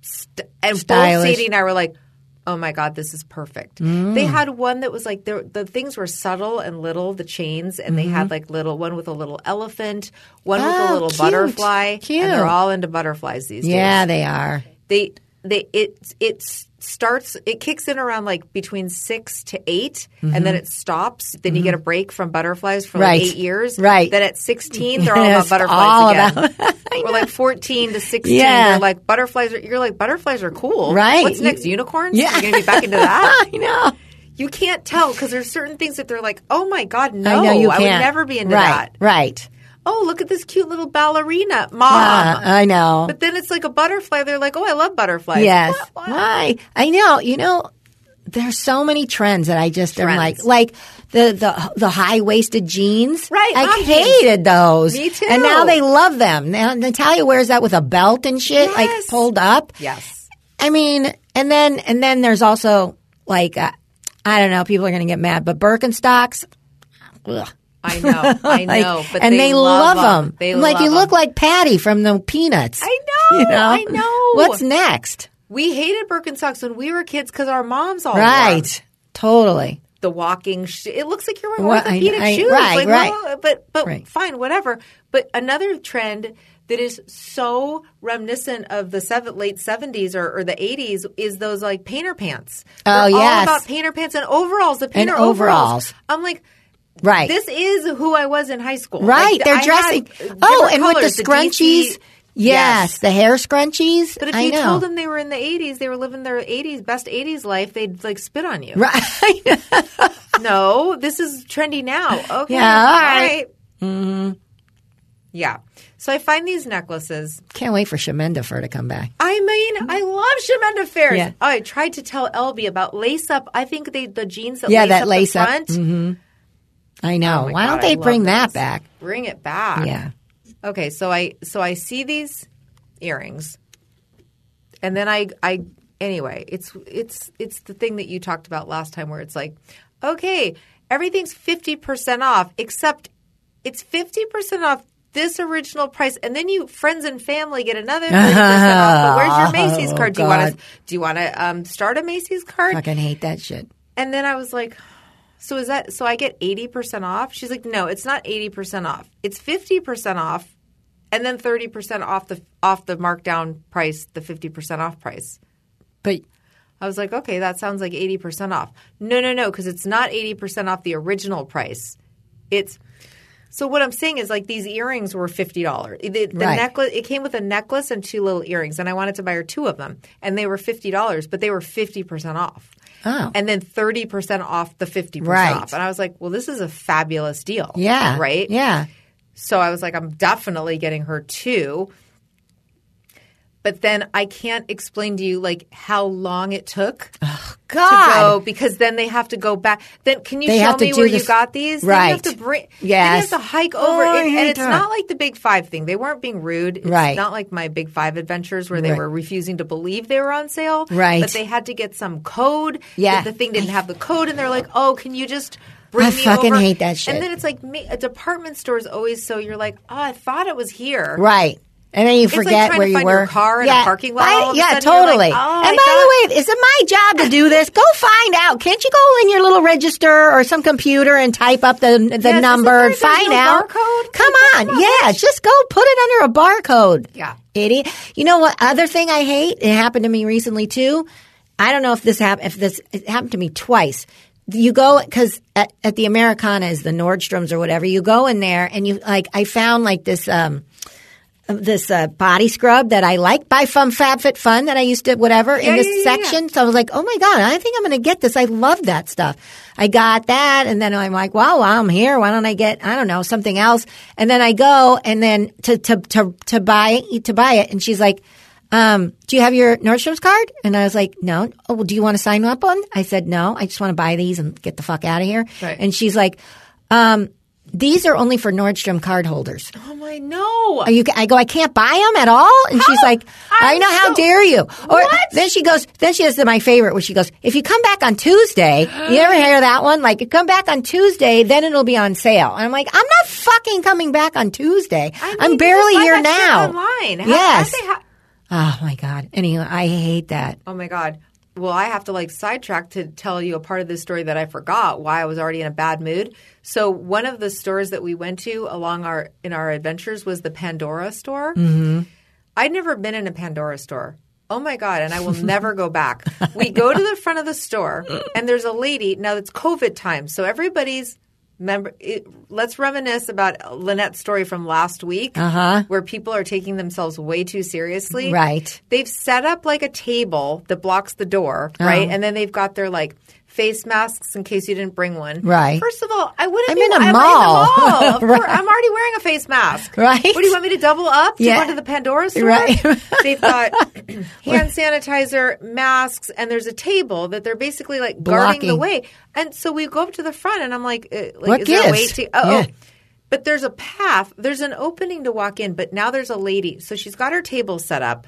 St- and both
Stylish. Mm.
Sadie and I were like, "Oh my God, this is perfect." They had one that was like there- the things were subtle and little, the chains, and they had like little one with a little elephant, one with a
Oh,
little
Mm-hmm. cute.
butterfly,
Cute.
and they're all into butterflies these
yeah,
days.
they are.
They they it it starts it kicks in around like between six to 8 and then it stops. Then you get a break from butterflies for
Mm-hmm. Right.
like eight years.
Right.
Then at sixteen, they're all
Yes,
about butterflies
all
again. or like fourteen to sixteen,
Yeah.
they're like butterflies. Are, you're like butterflies are cool,
Right.
What's
You-
next? Unicorns?
Yeah.
You're gonna be back into that.
I know.
You can't tell because there's certain things that they're like, oh my god, no,
I know you
would
can't.
never be into
right,
that.
Right.
Oh, look at this cute little ballerina,
Uh,
mom.
I know.
Um, but then it's like a butterfly. They're like, oh, I love butterflies.
Yes.
What? What?
Why? I know. You know, there's so many trends that I just am like,
Trends.
like the the the high waisted jeans.
Right,
I
mom jeans.
hated those.
Me too.
And now they love them. Now Natalia wears that with a belt and shit,
Yes.
like pulled up.
Yes.
I mean, and then and then there's also like uh, I don't know. People are going to get mad, but Birkenstocks. Ugh.
I know. I
Like,
know. but
and
they,
love, them.
They
I'm like
love
you look
'em.
like Patty from the Peanuts.
I know.
You know?
I know.
What's next?
we hated Birkenstocks when we were kids because our moms all wore 'em.
Right. Totally.
the walking shoe. It looks like you're wearing
Well, I-
orthopedic
I-
shoes.
right,
like,
right.
well, but but
Right.
fine, whatever. But another trend that is so reminiscent of the seven, late 70s or, or the 80s is those like painter pants. They're
Oh, yes.
all about painter pants and overalls, the painter
overalls.
I'm like
Right.
this is who I was in high school.
right.
Like,
They're
I had
dressing.
different
Oh, and
colors,
with the scrunchies.
DC
yes,
Yes.
the hair scrunchies.
But if
I
you
know.
told them they were in the 80s, they were living their 80s, best 80s life, they'd like spit on you.
right.
No, this is trendy now. Okay.
Yeah, all right. Mm-hmm.
Yeah. So I find these necklaces.
Can't wait for Shemenda for her to come back.
I mean, I love Shemenda Fairs.
Yeah.
Oh, I tried to tell Elby about lace up. I think they the jeans that
Yeah,
lace
that
up
lace
the
up. Mm-hmm.
front.
I know.
Oh my
Why
God,
don't they
I
bring
love
that
those.
back?
Bring it back.
Yeah.
Okay, so I so I see these earrings, and then I I anyway, it's it's it's the thing that you talked about last time where it's like, okay, everything's fifty percent off except it's fifty percent off this original price, and then you friends and family get another thirty percent off. But where's your Macy's card? Do you want
God.
to do you want to um, start a Macy's card?
Fucking hate that shit.
And then I was like, so is that so I get 80% off? She's like, "No, it's not 80% off. It's 50% off and then 30% off the off the markdown price, the 50% off price."
But
I was like, "Okay, that sounds like 80% off." No, no, no, cuz it's not 80% off the original price. It's so what I'm saying is like these earrings were fifty dollars. The, the
Right.
necklace it came with a necklace and two little earrings, and I wanted to buy her two of them, and they were fifty dollars, but they were fifty percent off.
Oh.
and then thirty percent off the fifty
Right.
percent off, and I was like, well, this is a fabulous deal.
yeah.
right.
Yeah.
So I was like, I'm definitely getting her two. But then I can't explain to you like how long it took to
God.
go because then they have to go back. Then can you
They
show
have to
me
do
where
this-
you got these? Then you have
Right.
to bring.
Yes.
Then you have to hike over,
Oh, I
it, and
hate
it's
that.
not like the Big Five thing. They weren't being rude. It's
Right.
Not like my Big Five adventures where they
Right.
were refusing to believe they were on sale.
Right.
But they had to get some code.
Yeah.
The thing didn't have the code, and they're like, "Oh, can you just." Bring
I
me
fucking
over?"
hate that shit.
And then it's like me, a department store is always so you're like, oh, I thought it was here.
Right. And then you
like
forget
trying to
where you
find
were.
your car in a parking lot, all of a
yeah,
sudden you're like,
totally.
"Oh,
and
I
by the way, is it my job to do this? Go find out. Can't you go in your little register or some computer and type up the the
isn't
number
there-
and
there's
find
no
out?
barcode?
Come
Like, that's
on,
not
yeah,
much.
just go put it under a barcode.
Yeah.
idiot. You know what? Other thing I hate. It happened to me recently too. I don't know if this happened. If this it happened to me twice. You go because at, at the Americana is the Nordstroms or whatever. You go in there and you like. I found like this. um this uh, body scrub that I like by Fun FabFitFun Fun that I used to whatever in
Yeah,
this
yeah, yeah, yeah.
section. So I was like, oh my god, I think I'm going to get this. I love that stuff. I got that, and then I'm like, wow, while I'm here, why don't I get I don't know something else? And then I go and then to to to to buy to buy it, and she's like. um, do you have your Nordstrom's card? And I was like, no. Oh, well, do you want to sign up on? I said, no. I just want to buy these and get the fuck out of here.
Right.
And she's like, um, these are only for Nordstrom card holders.
I'm like, no.
Are you, I go, I can't buy them at all. And she's like,
I'm
I know, how
so-
dare you? Or
What?
then she goes, then she does my favorite where she goes, if you come back on Tuesday, you ever hear that one? Like, you come back on Tuesday, then it'll be on sale. And I'm like, I'm not fucking coming back on Tuesday.
I mean,
am
you
barely
just buy
here
that shit
now.
Online. How- how
yes.
they ha-
Oh my God. Anyway, I hate that.
oh my god. Well, I have to like sidetrack to tell you a part of this story that I forgot. Why I was already in a bad mood. So one of the stores that we went to along our in our adventures was the Pandora store. I'd never been in a Pandora store. Oh my God. And I will never go back. We go to the front of the store and there's a lady. Now it's COVID time. So everybody's member. It, let's reminisce about Lynette's story from last week where people are taking themselves way too seriously.
Right.
They've set up like a table that blocks the door.
Oh.
Right. And then they've got their like, Face masks in case you didn't bring one.
Right.
First of all, I wouldn't
I'm
be
in a
I'm
mall.
In the mall. Of course.
Right.
I'm already wearing a face mask.
Right.
What do you want me to double up? Do
Yeah.
you go to the Pandora store?
Right.
They've got hand sanitizer, masks, and there's a table that they're basically like guarding the
Blocking.
way. And so we go up to the front, and I'm like, uh, like
What
is there a way
gives?
to? Oh,
Yeah.
oh. But there's a path. There's an opening to walk in, but now there's a lady. So she's got her table set up.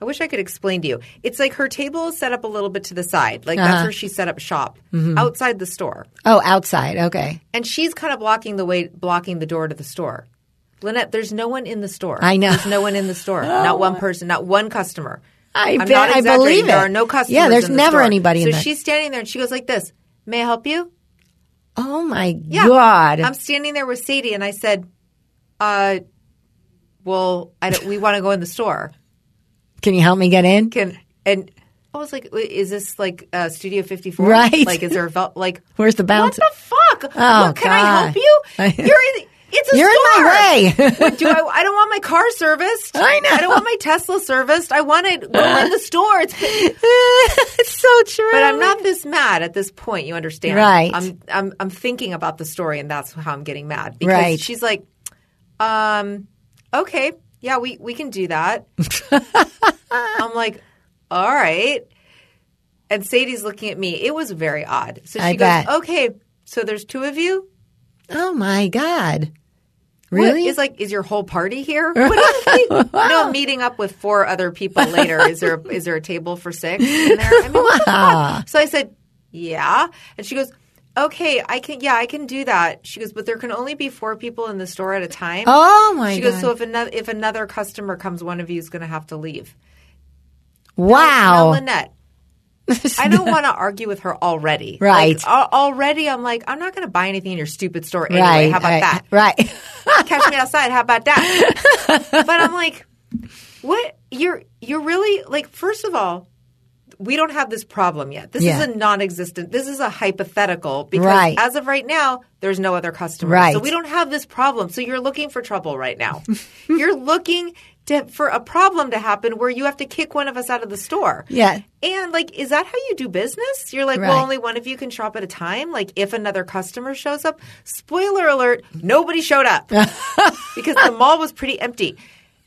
I wish I could explain to you. It's like her table is set up a little bit to the side. Like
Uh-huh.
that's where she set up shop
Mm-hmm.
outside the store
Oh, outside. Okay.
and she's kind of blocking the way blocking the door to the store. Lynette, there's no one in the store.
I know.
There's no one in the store. Not one person, not one customer.
I
I'm
bet-
not
I
exaggerating.
believe
There
it.
are no customers.
Yeah, there's
in the
never
store.
anybody in
so
there.
she's standing there and she goes like this, May I help you?
Oh my
Yeah.
God.
I'm standing there with Sadie and I said, uh, well, I don't, we want to go in the store.
Can you help me get in?
Can and I was like, "Wait, is this like uh, Studio 54?
Right.
Like, is there a fel- like?
Where's the bounce?
What the fuck?
Oh,
what, can I help
God.
you? You're in. It's a
You're in
store.
my way.
What, do I? I don't want my car serviced.
I know.
I don't want my Tesla serviced. I want to go in the store. It's,
it's so true.
but I'm not this mad at this point. You understand?
Right.
I'm I'm I'm thinking about the story, and that's how I'm getting mad because
Right.
she's like, um, okay, yeah, we we can do that. I'm like, all right. And Sadie's looking at me. It was very odd. So she
I
goes,
bet.
okay, so there's two of you.
Oh my God.
What-
Really?
It's like, is your whole party here? What is the- no, I'm meeting up with four other people later. Is there is there a table for six in there? I mean, what the fuck? So I said, yeah, and she goes, okay, I can, yeah, I can do that. She goes, but there can only be four people in the store at a time.
Oh my
She
God.
goes, so if another if another customer comes, one of you is going to have to leave. Now,
wow.
Lynette. I don't want to argue with her already.
Right.
Like, al- already, I'm like, I'm not going to buy anything in your stupid store anyway. How about
right,
that?
Right.
catch me outside. How about that? but I'm like, what? You're you're really like. First of all, we don't have this problem yet. This
Yeah.
is a non-existent. This is a hypothetical because
Right.
as of right now, there's no other customer.
Right.
So we don't have this problem. So you're looking for trouble right now. you're looking to, for a problem to happen where you have to kick one of us out of the store.
Yeah.
And like, is that how you do business? You're like,
Right.
well, only one of you can shop at a time. Like, if another customer shows up, spoiler alert, nobody showed up because the mall was pretty empty.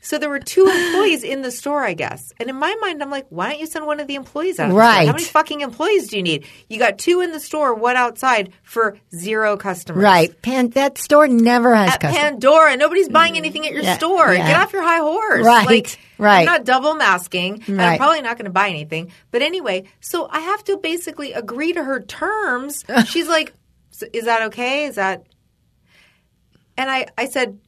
So there were two employees in the store, I guess. And in my mind, I'm like, why don't you send one of the employees out? of the store?
Right.
How many fucking employees do you need? You got two in the store, one outside for zero customers.
Right. Pan- that store never has
At
customers.
Pandora, nobody's buying anything at your
Yeah,
store.
yeah.
Get off your high horse.
Right,
Like,
right.
I'm not double masking. and
Right.
I'm probably not going to buy anything. But anyway, so I have to basically agree to her terms. She's like, "So "Is that okay? Is that?" And I, I said,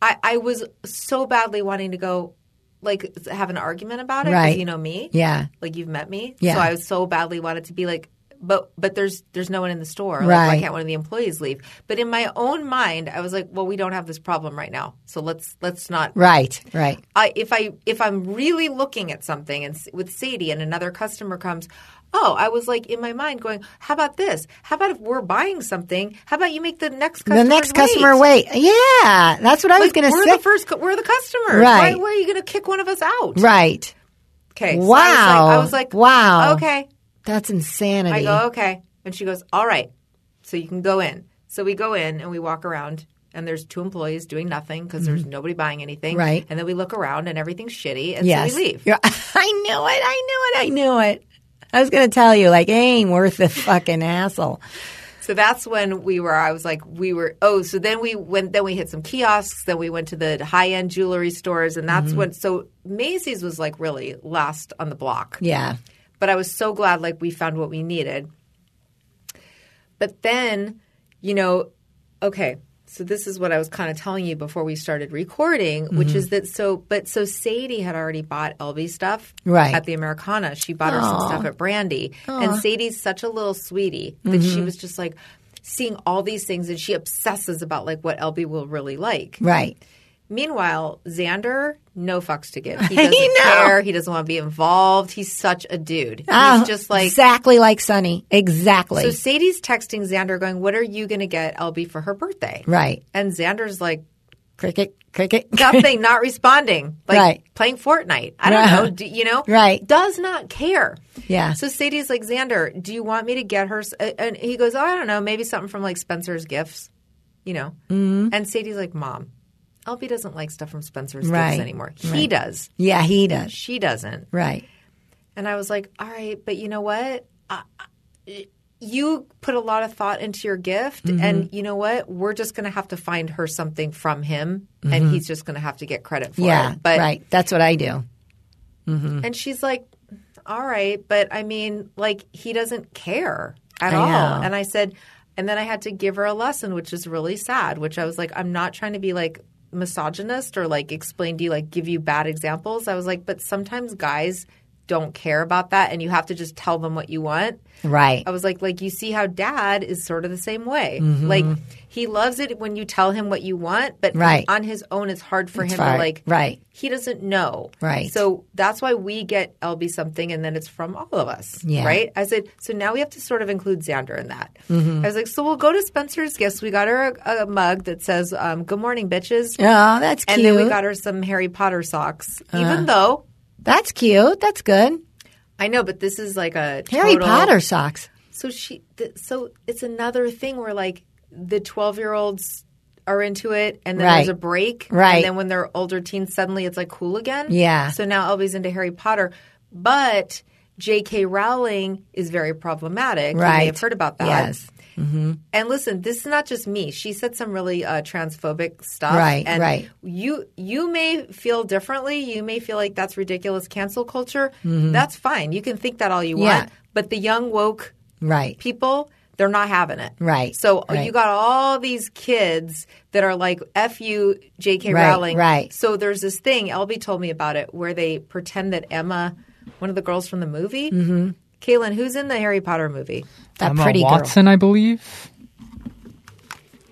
I, I was so badly wanting to go, like, have an argument about it. 'cause
Right.
You know me.
Yeah.
Like you've met me.
Yeah.
So I was so badly wanted to be like, but but there's there's no one in the store. Like,
Right.
Why can't one of the employees leave? But in my own mind, I was like, well, we don't have this problem right now. So let's let's not.
Right. Right.
I, if I if I'm really looking at something and s- with Sadie and another customer comes, oh, I was like in my mind going, how about this? How about if we're buying something? How about you make the next customer
The next customer wait. Yeah. That's what I was
Like,
going to
we're
say.
the first. cu- We're the customers. Why,
Right.
why are you going to kick one of us out?
right.
Okay. so
Wow.
I was like, I was like
Wow.
Okay.
That's insanity.
I go, okay. And she goes, all right. So you can go in. So we go in and we walk around and there's two employees doing nothing because there's nobody buying anything.
Mm-hmm. Right.
And then we look around and everything's shitty, and
yes.
so we leave.
You're- I knew it. I knew it. I knew it. I was going to tell you, like, it ain't worth the fucking hassle.
So that's when we were. I was like, we were. Oh, so then we went. Then we hit some kiosks. Then we went to the high end jewelry stores, and
Mm-hmm.
that's when. So Macy's was like really last on the block.
Yeah.
But I was so glad like we found what we needed. But then, you know, okay. So this is what I was kind of telling you before we started recording, which is that so but so Sadie had already bought LV stuff
Right.
at the Americana. She bought her some stuff at Brandy. And Sadie's such a little sweetie that she was just like seeing all these things and she obsesses about like what LB will really like.
Right.
Meanwhile, Xander, no fucks to give. He doesn't
know.
care. He doesn't want to be involved. He's such a dude.
Oh,
He's just like.
exactly like Sunny. Exactly.
So Sadie's texting Xander, going, "What are you going to get LB for her birthday?"
right.
And Xander's like,
Cricket, cricket.
nothing, not responding, like
Right.
playing Fortnite. I don't know, do, you know,
Right.
Does not care.
Yeah.
So Sadie's like, Xander, do you want me to get her? s- a- And he goes, oh, I don't know, maybe something from like Spencer's Gifts, you know.
Mm-hmm.
And Sadie's like, Mom, LB doesn't like stuff from Spencer's
Right.
Gifts anymore. He does,
yeah, he does.
she doesn't.
Right.
And I was like, all right, but you know what? I, I- you put a lot of thought into your gift,
Mm-hmm.
and you know what? We're just going to have to find her something from him, and he's just going to have to get credit for
Mm-hmm. Yeah.
it. But
right. That's what I do. Mm-hmm.
and she's like, all right, but I mean, like he doesn't care at
I
all.
know.
And I said, and then I had to give her a lesson, which is really sad. Which I was like, I'm not trying to be like misogynist or like explain to you like give you bad examples. I was like, but sometimes guys don't care about that, and you have to just tell them what you want.
Right.
I was like, like you see how dad is sort of the same way.
Mm-hmm.
Like he loves it when you tell him what you want, but
Right.
on his own, it's hard for him
hard.
to like.
Right.
He doesn't know.
Right.
So that's why we get LB something, and then it's from all of us.
Yeah.
Right. I said. So now we have to sort of include Xander in that.
Mm-hmm.
I was like, so we'll go to Spencer's Gifts. We got her a, a mug that says um, "Good morning, bitches,"
Oh, that's cute. Uh.
and then we got her some Harry Potter socks. Even though
that's cute. That's good.
I know, but this is like a
Harry
total-
Potter socks.
So she, th- so it's another thing where like the twelve year olds are into it, and then
Right.
there's a break,
Right.
And then when they're older teens, suddenly it's like cool again.
Yeah.
So now Elby's into Harry Potter, but J.K. Rowling is very problematic. You
Right.
may have heard about that.
Yes. Mm-hmm.
And listen, this is not just me. She said some really uh, transphobic stuff.
Right,
and
right.
You you may feel differently. You may feel like that's ridiculous cancel culture. That's fine. You can think that all you
Mm-hmm. Yeah.
want. But the young woke
Right.
people, they're not having it.
Right,
So
right.
you got all these kids that are like, F you, JK
Right,
Rowling.
right.
So there's this thing, LB told me about it, where they pretend that Emma, one of the girls from the movie, mm-hmm. Kaylin, who's in the Harry Potter movie?
That
Emma
pretty
Watson, I believe.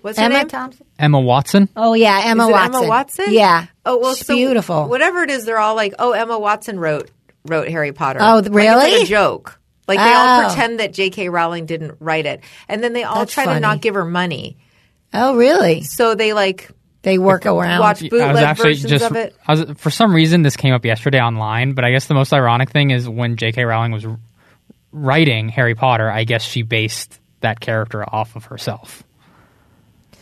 What's
girl.
her
Emma
name?
Thompson.
Emma Watson.
Oh yeah, Emma
Is it
Watson.
Emma Watson?
Yeah.
Oh, well,
She's
so
beautiful.
Whatever it is, they're all like, oh, Emma Watson wrote wrote Harry Potter.
Oh,
Like, it's
really?
Like a joke. Like they all
Oh.
pretend that J.K. Rowling didn't write it, and then they all
That's
try
funny.
to not give her money.
Oh really?
So they like
They work around.
watch
I
bootleg
was actually
versions
just
of it.
I was, for some reason this came up yesterday online, but I guess the most ironic thing is when J.K. Rowling was r- writing Harry Potter, I guess she based that character off of herself.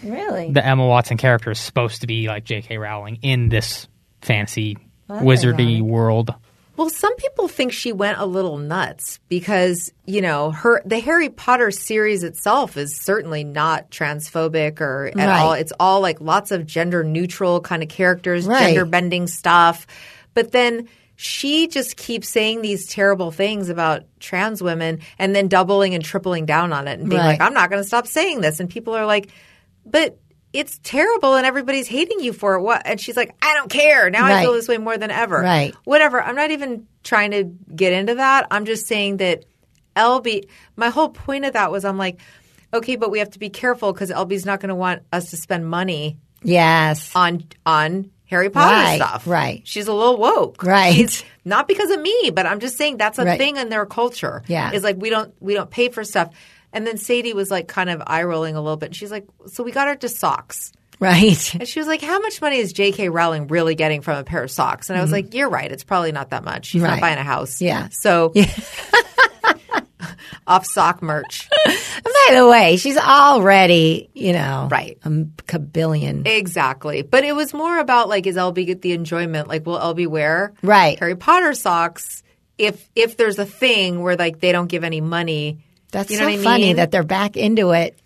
Really?
The Emma Watson character is supposed to be like J.K. Rowling in this fancy wizardy world.
Well, some people think she went a little nuts because you know her the Harry Potter series itself is certainly not transphobic or at
Right.
all. It's all like lots of gender neutral kind of characters,
Right.
gender bending stuff. But then she just keeps saying these terrible things about trans women and then doubling and tripling down on it and being
Right.
like, "I'm not going to stop saying this," and people are like, "But." It's terrible, and everybody's hating you for it. What? And she's like, "I don't care. Now I
Right.
feel this way more than ever."
Right.
whatever. I'm not even trying to get into that. I'm just saying that LB, my whole point of that was I'm like, okay, but we have to be careful because LB's not going to want us to spend money
yes.
on on Harry Potter
Right,
stuff.
right.
She's a little woke.
Right.
She's- not because of me, but I'm just saying that's a
Right.
thing in their culture.
Yeah.
It's like we don't we don't pay for stuff. And then Sadie was like kind of eye rolling a little bit. She's like, so we got her to socks.
Right.
And she was like, How much money is J.K. Rowling really getting from a pair of socks? And I was like, You're right. It's probably not that much. She's
Mm-hmm. Right.
not buying a house.
Yeah.
So off sock merch.
By the way, she's already, you know,
Right.
a kabillion.
Exactly. But it was more about like, is LB get the enjoyment? Like, will LB wear
Right.
Harry Potter socks if if there's a thing where like they don't give any money?
That's
you
so
know what I
funny
mean?
that they're back into it,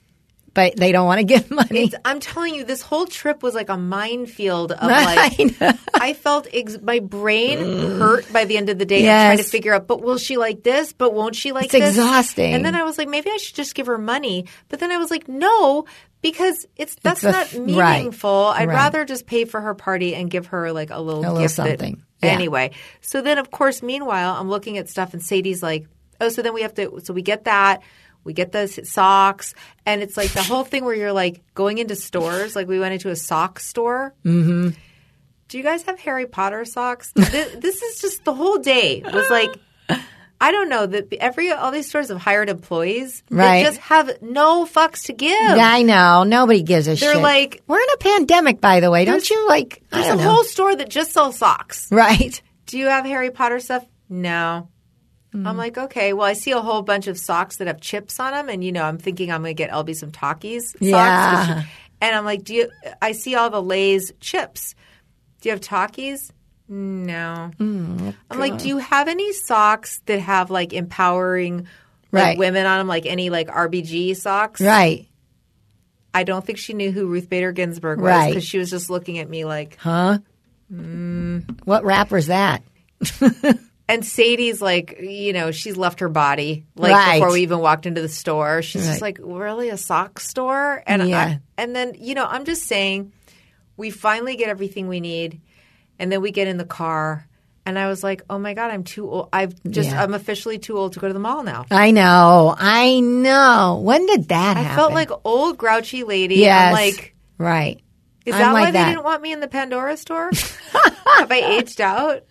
but they don't want to give money.
It's, I'm telling you, this whole trip was like a minefield of
I
like.
know.
I felt ex- my brain hurt by the end of the day
Yes.
of trying to figure out. But will she like this? But won't she like
It's
this?
exhausting.
And then I was like, maybe I should just give her money. But then I was like, no, because it's that's
a f-
not
right.
meaningful. I'd
Right.
rather just pay for her party and give her like a little,
A little
gift that-
something. Yeah.
Anyway, so then of course, meanwhile, I'm looking at stuff, and Sadie's like, oh, so then we have to. So we get that. We get the s- socks, and it's like the whole thing where you're like going into stores. Like we went into a sock store. Do you guys have Harry Potter socks? this, this is just the whole day was like. I don't know that every all these stores have hired employees.
Right.
They just have no fucks to give.
I know. Nobody gives a
They're
shit.
like-
we're in a pandemic, by the way. Don't you like? I
There's
don't
a
know.
whole store that just sells socks.
right.
do you have Harry Potter stuff? No.
Hmm.
I'm like, okay, well, I see a whole bunch of socks that have chips on them, and you know, I'm thinking I'm going to get LB some Takis socks. 'cause
Yeah.
she- And I'm like, do you? I see all the Lay's chips. Do you have Takis? No.
Hmm,
I'm like, do you have any socks that have like empowering like,
Right.
women on them, like any like RBG socks?
Right.
I don't think she knew who Ruth Bader Ginsburg was
Right.
because she was just looking at me like,
Mm, What rapper's that?
And Sadie's like, you know, she's left her body like
Right.
before we even walked into the store. She's just like,
Right.
really a sock store? And
Yeah.
I, and then, you know, I'm just saying we finally get everything we need and then we get in the car and I was like, "Oh my god, I'm too old. I've just
Yeah.
I'm officially too old to go to the mall now."
I know. I know. When did that
I
happen?
felt like old grouchy lady.
yes.
I'm like,
right.
is
I'm
that
like
why
that.
they didn't want me in the Pandora store? Have I aged out?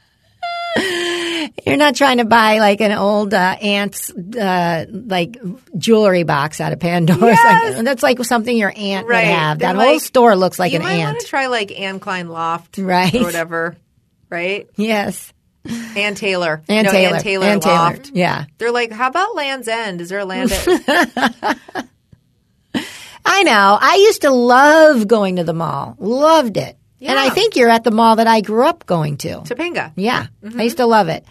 You're not trying to buy like an old uh, aunt's uh, like jewelry box out of Pandora's.
Yes.
Like, that's like something your aunt
Right.
would have.
They're
that whole
like,
store looks like
you
an
might want
aunt.
to try like Anne Klein Loft,
Right.
or whatever, right?
yes,
Ann Taylor.
Ann
no,
Taylor.
Ann Taylor
Ann Taylor.
Loft.
Yeah,
They're like, how about Land's End? Is there a Land End?
I know. I used to love going to the mall. Loved it. And I
Yeah.
think you're at the mall that I grew up going to.
Topanga.
Yeah, I
Mm-hmm.
used to love it.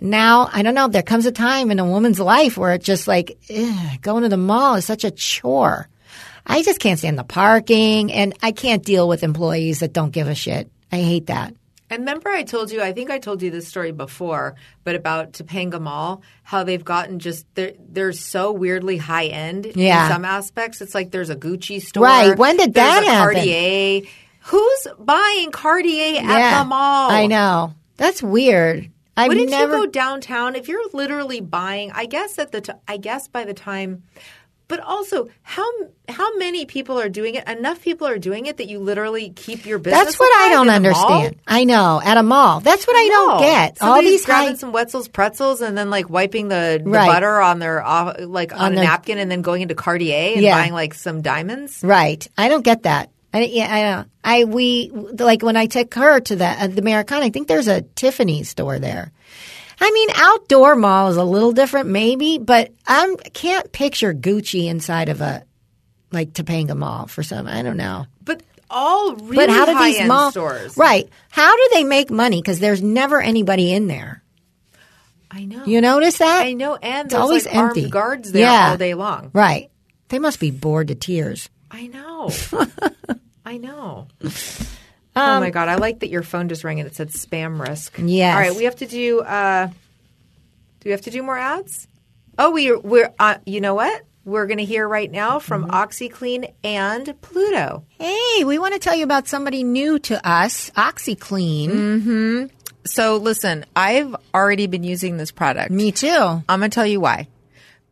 Now I don't know. There comes a time in a woman's life where it's just like ugh, going to the mall is such a chore. I just can't stand the parking, and I can't deal with employees that don't give a shit. I hate that.
And remember I told you, I think I told you this story before, but about Topanga Mall, how they've gotten just, they're, they're so weirdly high end
Yeah.
in some aspects. It's like there's a Gucci store.
Right. When did
there's
that
a
happen?
Cartier. Who's buying Cartier at
yeah,
the mall?
I know that's weird. I've
Wouldn't
never.
you go downtown if you're literally buying? I guess at the t- I guess by the time, but also how how many people are doing it? Enough people are doing it that you literally keep your business.
that's what I
alive
don't
in the mall?
understand. I know at a mall. That's what I don't
No.
get. All
Somebody's
these
grabbing
high,
some Wetzel's pretzels and then like wiping the, the
Right.
butter on their off, like on,
their-
a napkin and then going into Cartier and
Yeah.
buying like some diamonds.
Right. I don't get that. I yeah, I don't. I we like when I took her to the uh, the Americana. I think there's a Tiffany store there. I mean, outdoor mall is a little different, maybe, but I can't picture Gucci inside of a like Topanga Mall for some. I don't know.
But all really
But how do
high
these
end
mall
stores?
Right. How do they make money? Because there's never anybody in there.
I know.
You notice that?
Oh. I know. And
It's
there's
always
like
empty.
armed guards there
Yeah.
all day long.
Right. They must be bored to tears.
I know. I know. oh my god! I like that your phone just rang and it said spam risk.
Yes.
All right, we have to do. Uh, do we have to do more ads? Oh, we we're uh, you know what we're going to hear right now from OxyClean and Pluto.
Hey, we want to tell you about somebody new to us, OxyClean.
Mm. So listen, I've already been using this product.
Me too.
I'm going to tell you why.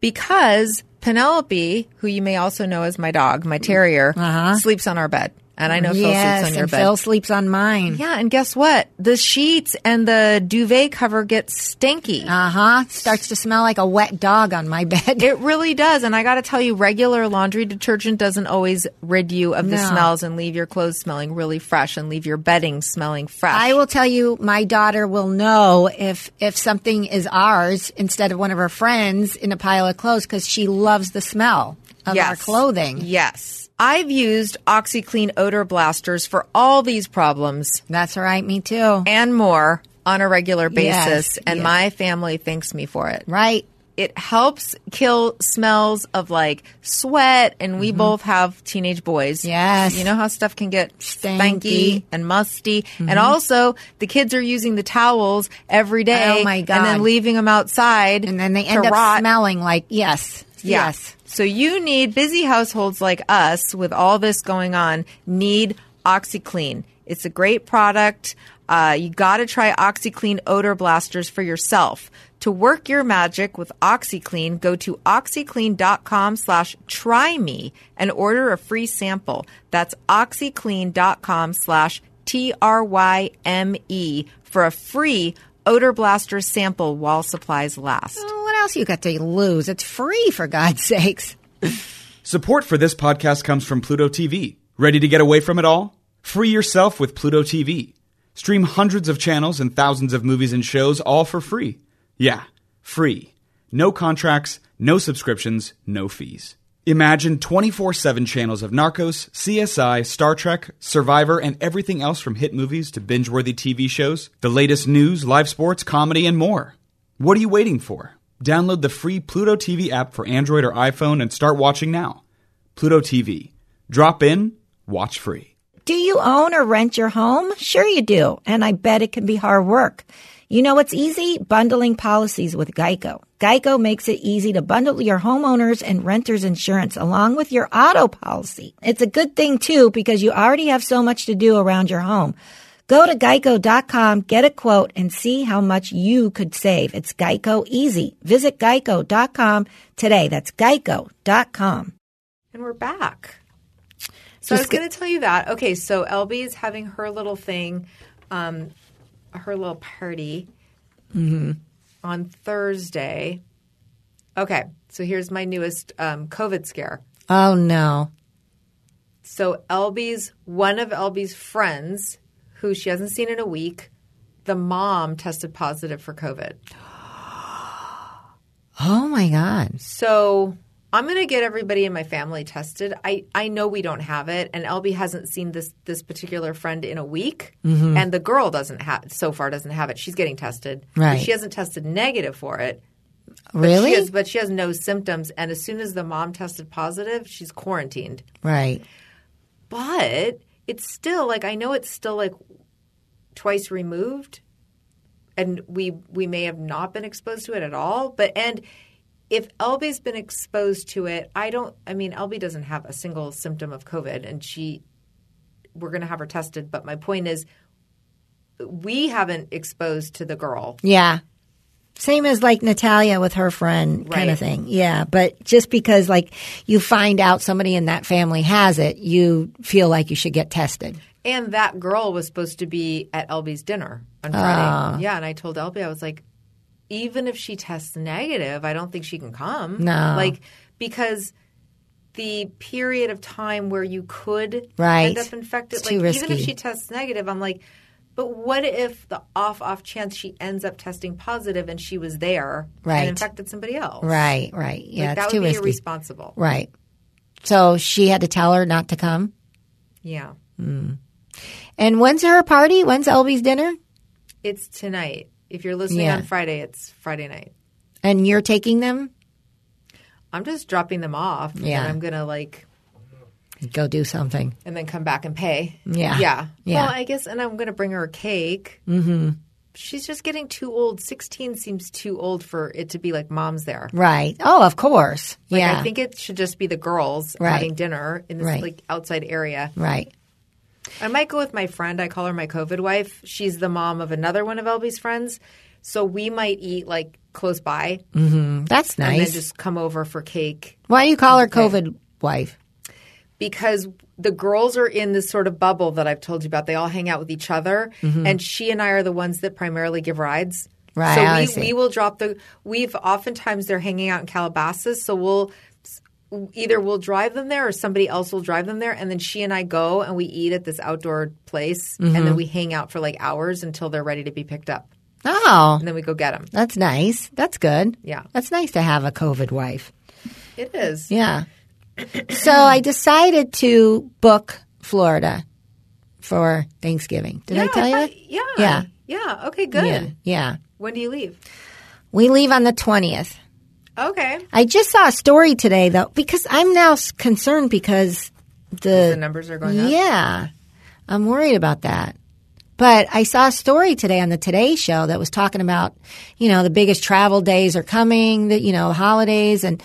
Because Penelope, who you may also know as my dog, my terrier, sleeps on our bed, and I know Phil
Uh-huh. yes,
sleeps on your
and
bed.
Phil sleeps on mine.
Yeah, and guess what? The sheets and the duvet cover get stinky.
Uh huh. Starts to smell like a wet dog on my bed.
it really does. And I got to tell you, regular laundry detergent doesn't always rid you of the
No.
smells and leave your clothes smelling really fresh and leave your bedding smelling fresh.
I will tell you, my daughter will know if if something is ours instead of one of her friends in a pile of clothes because she loves the smell. of our clothing.
Yes. I've used OxyClean odor blasters for all these problems
That's right. Me too.
and more on a regular basis,
Yes,
and
yes.
my family thanks me for it.
right.
It helps kill smells of like sweat, and we both have teenage boys.
Mm-hmm. Yes.
You know how stuff can get
Stanky. Mm-hmm.
stanky, and musty. And also, the kids are using the towels every day.
Oh, my
And
God.
then leaving them outside.
And then they
to
end up
rot.
smelling like yes,
Yeah.
yes.
So you need busy households like us with all this going on need OxyClean. It's a great product. Uh, you got to try OxyClean odor blasters for yourself. To work your magic with OxyClean, go to OxyClean.com slash try me and order a free sample. That's OxyClean.com slash T-R-Y-M-E E for a free odor blaster sample while supplies last.
What else you got to lose? It's free for God's sakes.
Support for this podcast comes from Pluto TV. Ready to get away from it all? Free yourself with Pluto TV. Stream hundreds of channels and thousands of movies and shows all for free. Yeah, free. No contracts, no subscriptions, no fees. Imagine 24 7 channels of Narcos, CSI, Star Trek, Survivor, and everything else from hit movies to binge worthy TV shows, the latest news, live sports, comedy, and more. What are you waiting for? Download the free Pluto TV app for Android or iPhone and start watching now. Pluto TV. Drop in, watch free.
Do you own or rent your home? Sure you do. And I bet it can be hard work. You know what's easy? Bundling policies with Geico. Geico makes it easy to bundle your homeowners and renters insurance along with your auto policy. It's a good thing too because you already have so much to do around your home. Go to geico.com, get a quote, and see how much you could save. It's Geico easy. Visit geico.com today. That's geico.com.
And we're back. So I was
Just g-
going to tell you that. Okay, so LB is having her little thing, um, her little party on Thursday. Okay, so here's my newest um, COVID scare.
Oh no.
So LB's one of LB's friends, who she hasn't seen in a week, the mom tested positive for COVID.
Oh my God.
So I'm going to get everybody in my family tested. I, I know we don't have it, and LB hasn't seen this this particular friend in a week,
Mm-hmm.
and the girl doesn't have so far doesn't have it. She's getting tested.
Right.
She hasn't tested negative for it.
Really?
She has, but she has no symptoms, and as soon as the mom tested positive, she's quarantined.
Right.
But it's still like I know it's still like twice removed and we we may have not been exposed to it at all but and if Elby's been exposed to it I don't I mean Elby doesn't have a single symptom of covid and she we're going to have her tested but my point is we haven't exposed to the girl
Yeah. Same as like Natalia with her friend kind of
Right.
thing. Yeah. But just because like you find out somebody in that family has it, you feel like you should get tested.
and that girl was supposed to be at Elby's dinner on
Ah.
Friday yeah and I told Elby I was like even if she tests negative I don't think she can come
No.
like because the period of time where you could
Right.
end up infected.
It's
like
too
even
risky.
if she tests negative, I'm like, but what if the off off chance she ends up testing positive and she was there
Right.
and infected somebody else?
Right. Right.
Like,
Yeah.
that
it's
would
too
be
risky.
irresponsible.
right. So she had to tell her not to come.
Yeah.
And when's her party? When's Elby's dinner?
It's tonight. If you're listening
Yeah.
on Friday, it's Friday night.
And you're taking them?
I'm just dropping them off. And
Yeah.
then I'm gonna like
Go do something.
and then come back and pay.
Yeah.
Yeah.
Yeah.
Well, I guess, and I'm going to bring her a cake. Mm-hmm. She's just getting too old. 16 seems too old for it to be like mom's there.
Right. Oh, of course.
Like,
yeah.
I think it should just be the girls
Right.
having dinner in this
Right.
like outside area.
right.
I might go with my friend. I call her my COVID wife. She's the mom of another one of Elby's friends. So we might eat like close by
That's
and then
nice.
just come over for cake
Why do you call her COVID wife?
because the girls are in this sort of bubble that I've told you about. They all hang out with each other, and she and I are the ones that primarily give rides.
Mm-hmm. Right,
So we,
I see.
we will drop the. We've oftentimes they're hanging out in Calabasas, so we'll either we'll drive them there or somebody else will drive them there, and then she and I go and we eat at this outdoor place, and
Mm-hmm.
then we hang out for like hours until they're ready to be picked up,
Oh.
and then we go get them.
That's nice. That's good.
Yeah.
That's nice to have a COVID wife.
It is.
Yeah. So I decided to book Florida for Thanksgiving. Did I tell you?
thought- yeah.
Yeah.
Yeah. Okay, good.
Yeah. Yeah.
When do you leave?
We leave on the 20th.
Okay.
I just saw a story today though because I'm now s- concerned because the,
The numbers are going up.
Yeah. I'm worried about that. But I saw a story today on the Today show that was talking about, you know, the biggest travel days are coming, that you know, holidays and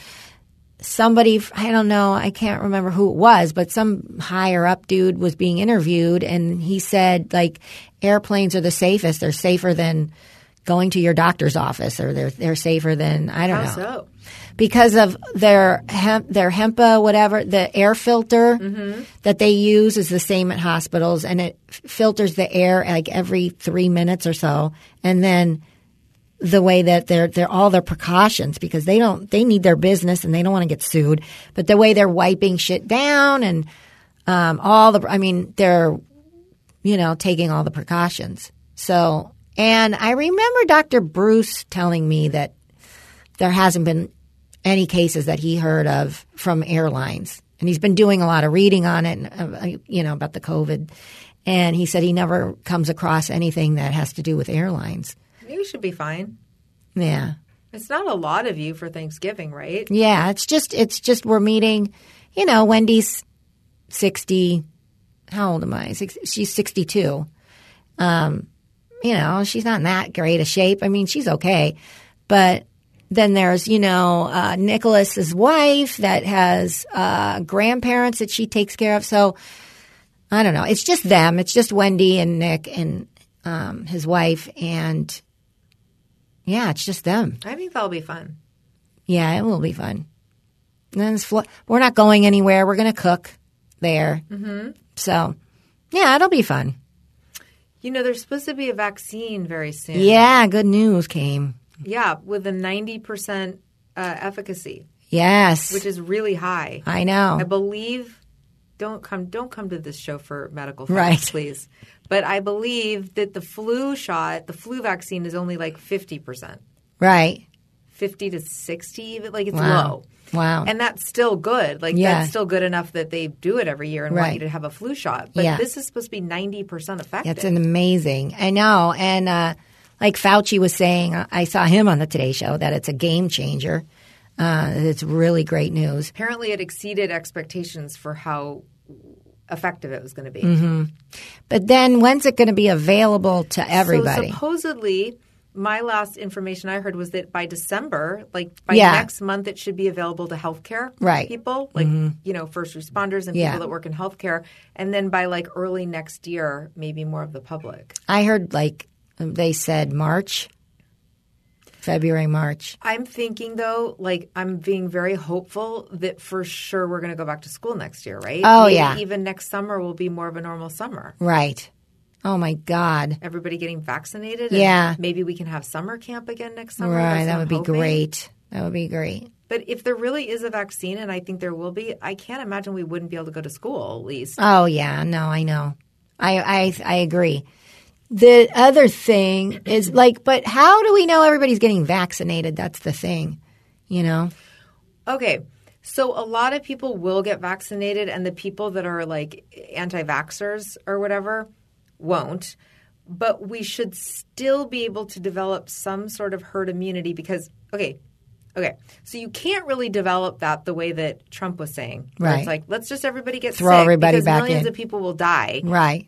somebody I don't know, I can't remember who it was, but some higher up dude was being interviewed and he said like airplanes are the safest. They're safer than going to your doctor's office or they're they're safer than I don't
How
know
so?
because of their hemp, their hempa, whatever the air filter that they use is the same at hospitals, and it f- filters the air like every three minutes or so, and then the way that they're, they're all their precautions because they don't they need their business and they don't want to get sued but the way they're wiping shit down and um, all the i mean they're you know taking all the precautions so and i remember dr bruce telling me that there hasn't been any cases that he heard of from airlines. And he's been doing a lot of reading on it, and, uh, you know, about the COVID. And he said he never comes across anything that has to do with airlines.
You should be fine.
Yeah.
It's not a lot of you for Thanksgiving, right?
Yeah, it's just it's just we're meeting, you know, Wendy's sixty. How old am I? Six, she's sixty two. Um, you know, she's not in that great a shape. I mean, she's okay, but then there's you know uh, Nicholas's wife that has uh, grandparents that she takes care of. So I don't know. It's just them. It's just Wendy and Nick and um, his wife and. Yeah, it's just them.
I think that'll be fun.
Yeah, it will be fun. And then it's Flo- we're not going anywhere. We're going to cook there. Mm-hmm. So, yeah, it'll be fun.
You know, there's supposed to be a vaccine very soon.
Yeah, good news came.
Yeah, with a 90% uh, efficacy,
Yes,
which is really high.
I know.
I believe don't come don't come to this show for medical facts,
Right.
please. But I believe that the flu shot, the flu vaccine is only like 50%.
right.
50 to 60 even like it's
Wow.
low.
Wow.
And that's still good. Like
Yeah.
that's still good enough that they do it every year and want
Right.
you to have a flu shot. But
Yeah.
this is supposed to be 90% effective.
That's an amazing. I know. And uh, like Fauci was saying, uh, I saw him on the Today Show that it's a game changer. Uh, it's really great news.
Apparently it exceeded expectations for how effective it was going to be.
Mm-hmm. But then when's it going to be available to everybody?
So supposedly, my last information I heard was that by December, like by
Yeah.
next month, it should be available to healthcare
Right. Mm-hmm.
people, like you know, first responders and
Yeah.
people that work in healthcare, and then by like early next year, maybe more of the public.
I heard like they said March, February, March.
I'm thinking though, like I'm being very hopeful that for sure we're going to go back to school next year, right?
Oh,
Maybe
yeah.
even next summer will be more of a normal summer.
Right. Oh my God.
Everybody getting vaccinated. and
Yeah.
maybe we can have summer camp again next summer.
Right.
That's
That
what
would
I'm
be
hoping.
great. That would be great.
But if there really is a vaccine, and I think there will be, I can't imagine we wouldn't be able to go to school at least.
Oh yeah. No, I know. I I I agree. The other thing is like, but how do we know everybody's getting vaccinated? That's the thing. You know.
Okay. So a lot of people will get vaccinated, and the people that are like anti vaxxers or whatever won't. But we should still be able to develop some sort of herd immunity because, okay, okay. So you can't really develop that the way that Trump was saying. where
Right.
It's like, let's just everybody get
Throw
sick
everybody
because
back
millions
in.
of people will die.
Right.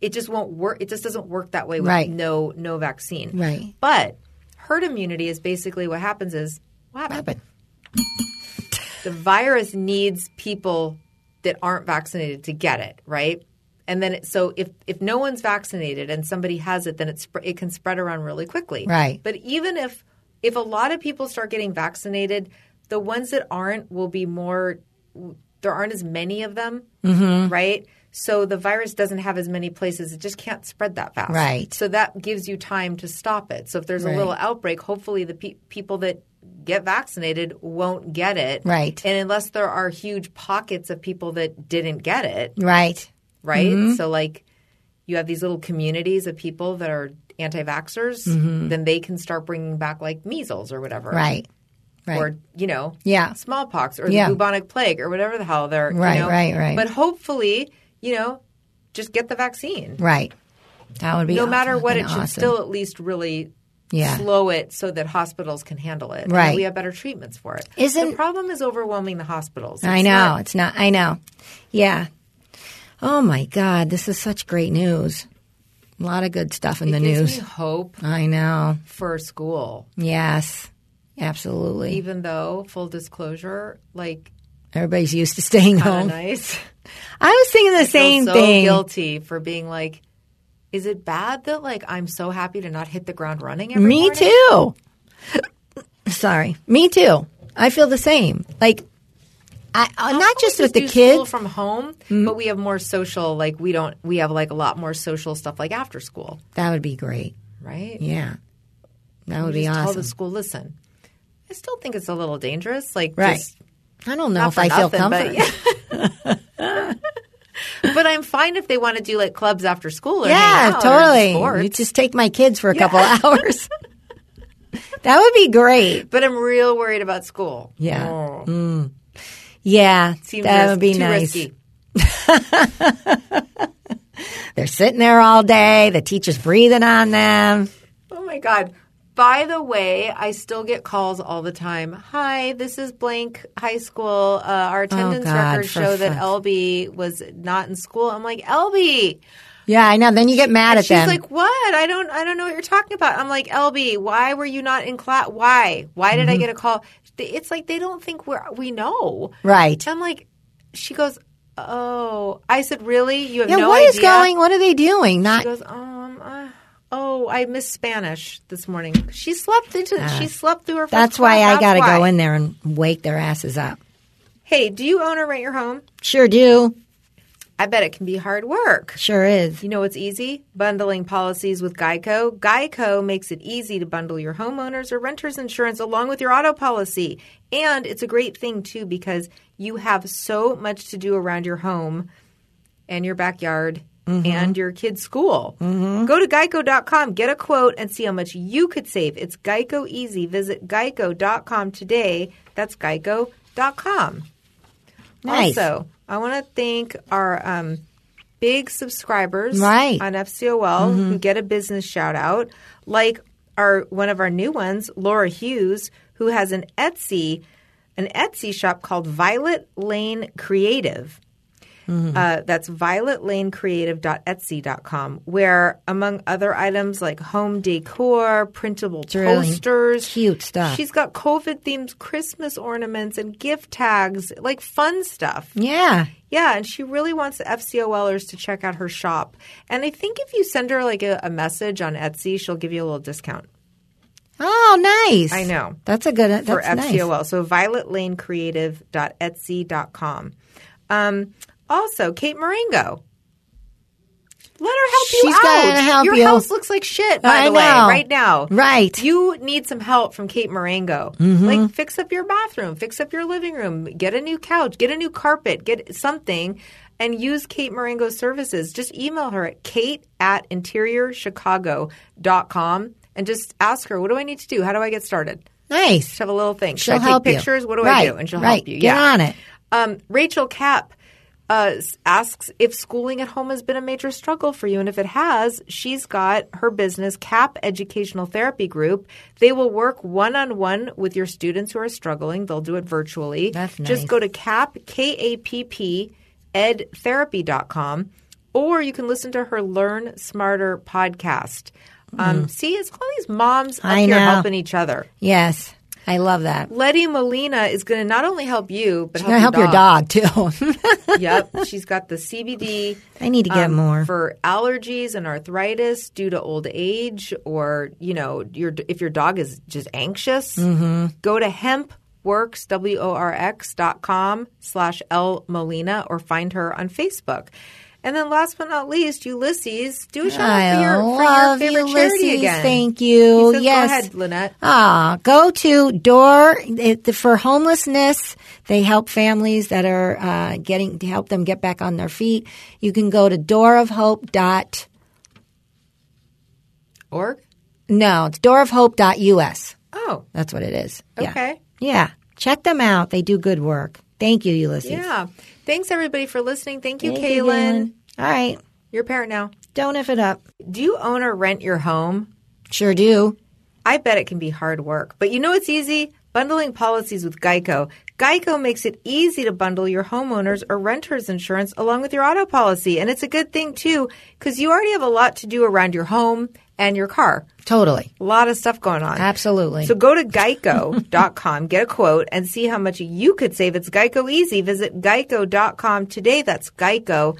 it just won't work. It just doesn't work that way with
Right.
no no vaccine.
Right.
But herd immunity is basically what happens is what happened?
Happen.
The virus needs people that aren't vaccinated to get it, right? And then it, so if if no one's vaccinated and somebody has it, then it sp- it can spread around really quickly.
Right.
But even if if a lot of people start getting vaccinated, the ones that aren't will be more. There aren't as many of them,
Mm-hmm.
right? So the virus doesn't have as many places. It just can't spread that fast,
Right.
So that gives you time to stop it. So if there's
Right.
a little outbreak, hopefully the pe- people that get vaccinated won't get it,
Right.
And unless there are huge pockets of people that didn't get it,
Right.
right?
Mm-hmm.
So like you have these little communities of people that are anti-vaxxers, then they can start bringing back like measles or whatever.
Mm-hmm. Right. Right.
or you know,
Yeah.
smallpox or
Yeah.
the bubonic plague or whatever the hell they're you
Right,
know.
right, right.
But hopefully, you know, just get the vaccine.
Right. That would be
No
aw-
matter what, it
fucking
should
awesome.
still at least really
Yeah.
slow it so that hospitals can handle it. and that
Right.
we have better treatments for it.
Isn't-
the problem is overwhelming the hospitals?
I
It's
know
not-
it's not. I know. Yeah. Oh my God, this is such great news. A lot of good stuff in the
it gives
news.
me hope
I know.
for school,
Yes, absolutely.
even though full disclosure, like
Everybody's used to staying
kind
home.
of nice.
I was thinking the Oh. same
feel so
thing.
guilty for being like, is it bad that like I'm so happy to not hit the ground running? Every
Me
morning?
too. Sorry. Me too. I feel the same. Like, I uh, not just
We
with the
do school
kids. Mm.
from home, but we have more social. Like we don't. We have like a lot more social stuff, like after school,
that would be great.
right?
Yeah, that would
You
be
just Tell
awesome.
the school, listen. I still think it's a little dangerous. Like
Right.
just
I don't know
not
if
for
I feel
nothing,
comfortable.
But, but I'm fine if they want to do like clubs after school or hang
Yeah,
out Or
totally.
sports.
You just take my kids for a couple hours. that would be great.
but I'm real worried about school.
Yeah.
Oh,
Yeah,
seems
that
ris-
would be
too
nice.
risky.
They're sitting there all day. The teacher's breathing on them.
Oh my God. By the way, I still get calls all the time. Hi, this is blank high school. Uh, our attendance
Oh God,
records
for
show that
fuck-
LB was not in school. I'm like, LB.
Yeah, I know. Then you get mad at
She's
them.
like, what? I don't, I don't know what you're talking about. I'm like, LB, why were you not in class? Why? Why
Mm-hmm.
did I get a call? They- It's like they don't think we're we know.
right.
I'm like, she goes, oh. I said, really? You have
Yeah,
no
what is
idea.
going? What are they doing? Not
She goes, um, uh, oh, I missed Spanish this morning. She slept into. she slept through her. First
Ah. That's why
class.
I got to
That's
go
why.
in there and wake their asses up.
Hey, do you own or rent your home?
Sure do.
I bet it can be hard work.
Sure is.
You know what's easy? Bundling policies with Geico. Geico makes it easy to bundle your homeowners or renters insurance along with your auto policy. And it's a great thing too because you have so much to do around your home and your backyard and your kid's school. Go to geico.com, get a quote, and see how much you could save. It's Geico Easy. Visit geico.com today. That's geico.com.
Nice.
Also, I want to thank our um, big subscribers
Right. Mm-hmm.
on FCOL who get a business shout out, like our one of our new ones, Laura Hughes, who has an Etsy an Etsy shop called Violet Lane Creative.
Mm-hmm.
Uh, that's violetlanecreative.etsy.com, where among other items like home decor, printable
really
posters,
cute stuff.
She's got COVID themed Christmas ornaments and gift tags, like fun stuff.
yeah.
Yeah, and she really wants the FCOLers to check out her shop. And I think if you send her like a, a message on Etsy, she'll give you a little discount
Oh, nice.
I know.
That's a good. That's
for
nice.
FCOL. So violetlanecreative.etsy.com. Um, also, Kate Marengo. Let her help you
She's
out.
gotta help
Your
you.
house looks like shit, by
I
the way,
know.
right now.
Right. Mm-hmm.
You need some help from Kate Marengo. Like fix up your bathroom, fix up your living room, get a new couch, get a new carpet, get something, and use Kate Marengo's services. Just email her at kate at interiorchicago.com and just ask her, what do I need to do? How do I get started?
Nice.
Just have a little thing. Should
She'll
I take
help you.
pictures? What do
Right,
I do? And she'll
right.
help you.
Get
yeah.
on it.
Um, Rachel Kapp uh, s- asks if schooling at home has been a major struggle for you, and if it has, she's got her business Cap Educational Therapy Group. They will work one on one with your students who are struggling. They'll do it virtually.
That's nice.
Just go to Cap K A P E P edtherapy.com, or you can listen to her Learn Smarter podcast. Um, See, it's all these moms up
Mm. I
here
know.
helping each other.
Yes, I love that.
Letty Molina is going to not only help you, but
I'm gonna help your dog too.
yep, she's got the CBD.
I need to get
um,
more.
for allergies and arthritis due to old age, or you know, your if your dog is just anxious.
Mm-hmm.
Go to hempworks w o r x dot com slash l molina or find her on Facebook. And then, last but not least, Ulysses, do a shout out
I
for your, for your
love
favorite charity
Ulysses.
again.
Thank you.
He says,
Yes.
go ahead, Lynette.
Ah, go to Door it- for homelessness. They help families that are uh, getting to help them get back on their feet. You can go to doorofhope dot
Org.
no, it's doorofhope dot us.
Oh,
That's what it is. Yeah.
okay.
Yeah. Check them out. They do good work. Thank you, Ulysses.
Yeah. Thanks everybody for listening. Thank you,
Thank you,
Kaylin.
Galen. All right.
You're a parent now.
Don't F it up.
Do you own or rent your home?
Sure do.
I bet it can be hard work. But you know it's easy? Bundling policies with Geico. Geico makes it easy to bundle your homeowners or renters insurance along with your auto policy. And it's a good thing, too, because you already have a lot to do around your home and your car.
Totally.
A lot of stuff going on.
Absolutely.
So go to geico.com, get a quote, and see how much you could save. It's Geico Easy. Visit geico.com today. That's geico.com.